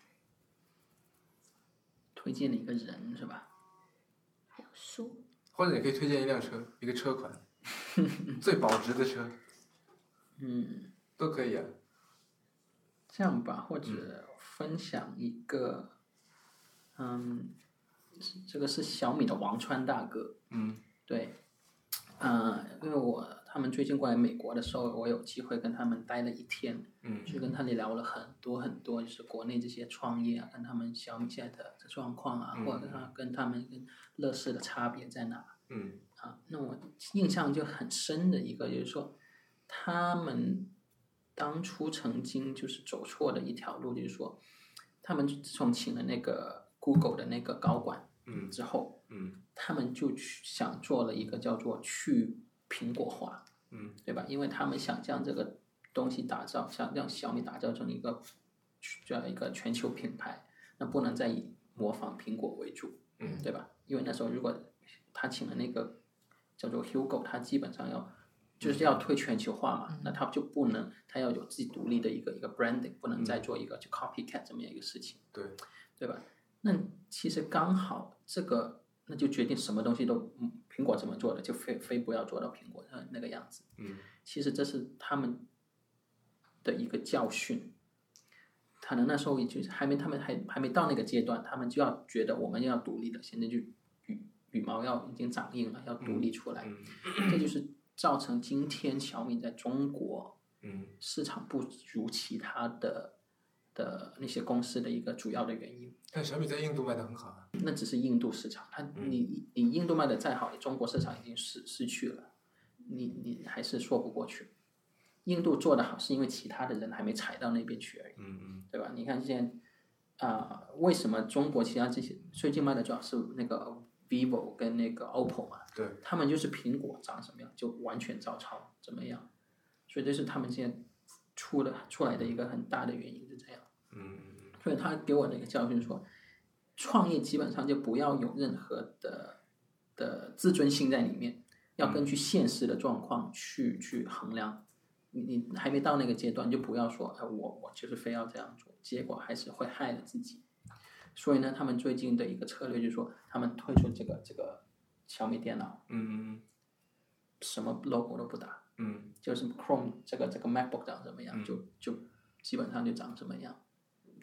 Speaker 3: 推荐了一个人是吧？
Speaker 4: 还有书。
Speaker 2: 或者你可以推荐一辆车，一个 车款，最保值的车
Speaker 3: 嗯，
Speaker 2: 都可以啊。
Speaker 3: 这样吧，或者分享一个，嗯，是这个是小米的王川大哥，
Speaker 2: 嗯
Speaker 3: 对，呃，因为我他们最近过来美国的时候，我有机会跟他们待了一天，
Speaker 2: 嗯
Speaker 3: 去跟他们聊了很多很多，就是国内这些创业啊，跟他们小米现在的状况啊，
Speaker 2: 嗯
Speaker 3: 或者跟他跟他们跟乐视的差别在哪
Speaker 2: 嗯
Speaker 3: 啊？那我印象就很深的一个就是说，他们当初曾经就是走错的一条路，就是说，他们自从请了那个 Google 的那个高管
Speaker 2: 嗯
Speaker 3: 之后，
Speaker 2: 嗯
Speaker 3: 他们就去想做了一个叫做去苹果化，
Speaker 2: 嗯
Speaker 3: 对吧？因为他们想将这个东西打造，想让小米打造成一个这样一个全球品牌，那不能再以模仿苹果为主，
Speaker 2: 嗯
Speaker 3: 对吧？因为那时候如果他请了那个叫做 Hugo，他基本上要就是要推全球化嘛，那他就不能，他要有自己独立的一个一个 branding，不能再做一个就 copycat 这么样一个事情。
Speaker 2: 对，
Speaker 3: 对吧？那其实刚好这个，那就决定什么东西都，嗯苹果怎么做的，就非非不要做到苹果那那个样子。
Speaker 2: 嗯
Speaker 3: 其实这是他们的一个教训。可能那时候已经还没，他们还还没到那个阶段，他们就要觉得我们要独立了，现在就羽羽毛要已经长硬了，要独立出来。
Speaker 2: 嗯
Speaker 3: 这就是造成今天小米在中国
Speaker 2: 嗯
Speaker 3: 市场不如其他的的那些公司的一个主要的原因。
Speaker 2: 但小米在印度卖的很好啊。
Speaker 3: 那只是印度市场，它
Speaker 2: 嗯
Speaker 3: 你你印度卖的再好，你中国市场已经失失去了，你你还是说不过去。印度做得好，是因为其他的人还没踩到那边去而已，
Speaker 2: 嗯嗯
Speaker 3: 对吧？你看现在啊、为什么中国其他这些最近卖的主要是那个 vivo 跟那个 OPPO 嘛？
Speaker 2: 对，
Speaker 3: 他们就是苹果长什么样就完全照抄怎么样，所以这是他们现在出的出来的一个很大的原因是这样。
Speaker 2: 嗯嗯
Speaker 3: 所以他给我的一个教训说，创业基本上就不要有任何的的自尊心在里面，要根据现实的状况去去衡量。你你还没到那个阶段，就不要说，哎，我我就是非要这样做，结果还是会害了自己。所以呢，他们最近的一个策略就是说，他们推出这个这个小米电脑，
Speaker 2: 嗯
Speaker 3: 什么 logo 都不打，
Speaker 2: 嗯
Speaker 3: 就是 Chrome 这个这个 MacBook 长什么样，
Speaker 2: 嗯
Speaker 3: 就就基本上就长什么样，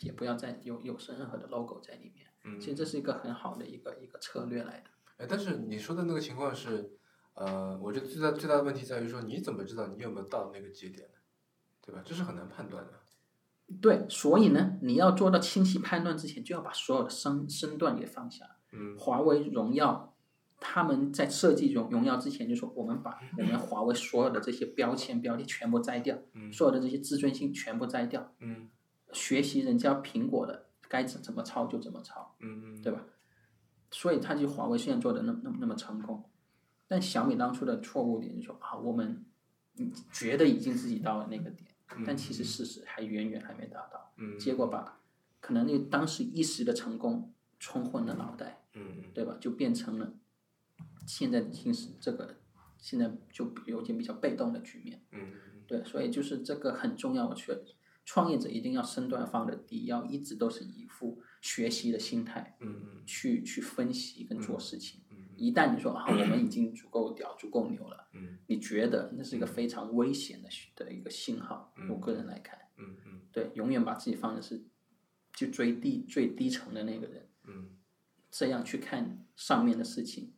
Speaker 3: 也不要再有有任何的 logo 在里面。
Speaker 2: 嗯
Speaker 3: 其实这是一个很好的一个一个策略来的。
Speaker 2: 哎，但是你说的那个情况是，呃，我觉得最大最大的问题在于说，你怎么知道你有没有到那个节点呢？对吧？这是很难判断的。
Speaker 3: 对，所以呢，你要做到清晰判断之前，就要把所有的身身段给放下。
Speaker 2: 嗯
Speaker 3: 华为、荣耀，他们在设计荣荣耀之前，就说我们把我们华为所有的这些标签标题全部摘掉，
Speaker 2: 嗯
Speaker 3: 所有的这些自尊心全部摘掉，
Speaker 2: 嗯
Speaker 3: 学习人家苹果的该怎怎么抄就怎么抄。
Speaker 2: 嗯
Speaker 3: 对吧？所以它就华为现在做的那么那么那么成功，但小米当初的错误点就是说啊，我们嗯觉得已经自己到了那个点，但其实事实还远远还没达到，
Speaker 2: 嗯
Speaker 3: 结果把可能那当时一时的成功冲昏了脑袋，
Speaker 2: 嗯
Speaker 3: 对吧？就变成了现在已经是这个现在就有点比较被动的局面。
Speaker 2: 嗯
Speaker 3: 对，所以就是这个很重要。我觉得创业者一定要身段放得低，要一直都是一副学习的心态
Speaker 2: 嗯嗯
Speaker 3: 去去分析跟做事情，
Speaker 2: 嗯，
Speaker 3: 一旦你说啊，我们已经足够屌、足够牛了，
Speaker 2: 嗯
Speaker 3: 你觉得那是一个非常危险的的一个信号
Speaker 2: 嗯。
Speaker 3: 我个人来看，
Speaker 2: 嗯嗯
Speaker 3: 对，永远把自己放的是就最低最低层的那个人，
Speaker 2: 嗯
Speaker 3: 这样去看上面的事情，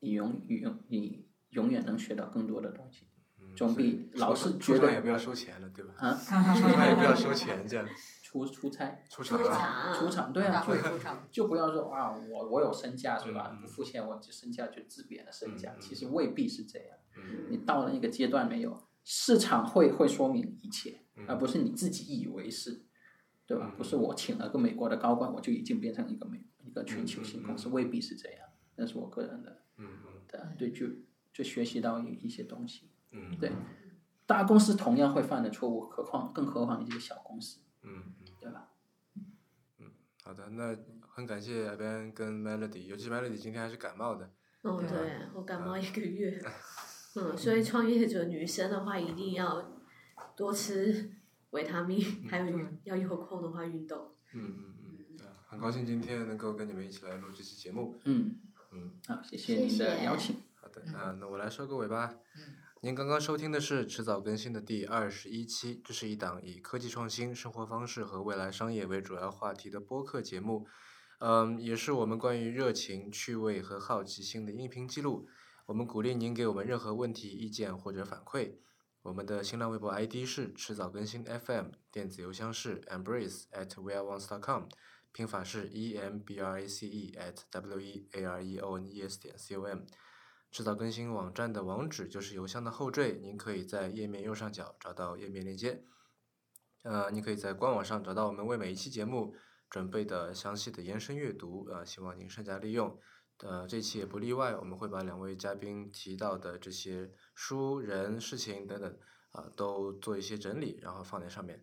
Speaker 3: 你永永你永远能学到更多的东西，
Speaker 2: 嗯，
Speaker 3: 总比老
Speaker 2: 出
Speaker 3: 是
Speaker 2: 出
Speaker 3: 觉
Speaker 2: 场也
Speaker 3: 得
Speaker 2: 不要收钱了，对 吧？
Speaker 3: 啊
Speaker 2: 出场也不要收钱，这样
Speaker 3: 出出差
Speaker 2: 出
Speaker 4: 出
Speaker 2: 场啊
Speaker 4: 场
Speaker 3: 出场，对
Speaker 1: 大
Speaker 3: 啊，
Speaker 1: 会
Speaker 3: 就
Speaker 1: 出场，
Speaker 3: 就不要说啊，我我有身价是吧
Speaker 2: 嗯？嗯
Speaker 3: 不付钱我就身价就自贬了身价
Speaker 2: 嗯，嗯
Speaker 3: 其实未必是这样。
Speaker 2: 嗯
Speaker 3: 你到了那个阶段没有，市场会会说明一切
Speaker 2: 嗯，
Speaker 3: 而不是你自己以为是，对吧
Speaker 2: 嗯？
Speaker 3: 不是我请了个美国的高管，我就已经变成一个美一个全球性公司，
Speaker 2: 嗯嗯嗯
Speaker 3: 未必是这样。那是我个人的
Speaker 2: 嗯嗯
Speaker 3: 的对，就就学习到一一些东西。
Speaker 2: 嗯，
Speaker 3: 对，大公司同样会犯的错误，何况更何况你这个小公司，
Speaker 2: 嗯嗯。
Speaker 3: 对吧？
Speaker 2: 好的，那很感谢阿 Ben 跟 Melody，尤其 Melody 今天还是感冒的，
Speaker 4: 哦，
Speaker 3: 对吧
Speaker 4: 对我感冒一个月，嗯，所以创业者女生的话，一定要多吃维他命，还有
Speaker 1: 对
Speaker 4: 要有空的话运动。
Speaker 2: 嗯嗯嗯，对啊很高兴今天能够跟你们一起来录这期节目，
Speaker 3: 嗯，
Speaker 2: 嗯，
Speaker 3: 好，谢谢您
Speaker 4: 谢
Speaker 3: 的
Speaker 4: 谢
Speaker 3: 邀请。
Speaker 2: 好的，
Speaker 1: 嗯
Speaker 2: 那那我来收个尾吧。
Speaker 1: 嗯，
Speaker 2: 您刚刚收听的是迟早更新的第二十一期，这是一档以科技创新、生活方式和未来商业为主要话题的播客节目，嗯，也是我们关于热情、趣味和好奇心的音频记录。我们鼓励您给我们任何问题、意见或者反馈。我们的新浪微博 ID 是迟早更新 FM，电子邮箱是 embrace at weareones.com，拼法是 e m b r a c e at w e a r e o n e s 点 c o m。制造更新网站的网址就是邮箱的后缀，您可以在页面右上角找到页面链接。呃，你可以在官网上找到我们为每一期节目准备的详细的延伸阅读，呃，希望您善加利用。呃，这期也不例外，我们会把两位嘉宾提到的这些书、人、事情等等啊、都做一些整理，然后放在上面。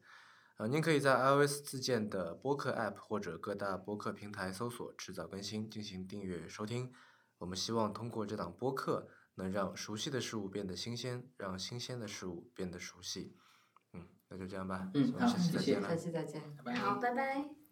Speaker 2: 呃，您可以在 iOS 自建的播客 App 或者各大播客平台搜索“迟早更新”进行订阅收听。我们希望通过这档播客，能让熟悉的事物变得新鲜，让新鲜的事物变得熟悉。嗯，那就这样吧，
Speaker 3: 嗯
Speaker 2: 希望
Speaker 3: 好
Speaker 2: 下期再
Speaker 3: 谢谢
Speaker 2: 见了
Speaker 1: 嗯下。期再见。
Speaker 3: 拜拜。
Speaker 4: 好，拜拜。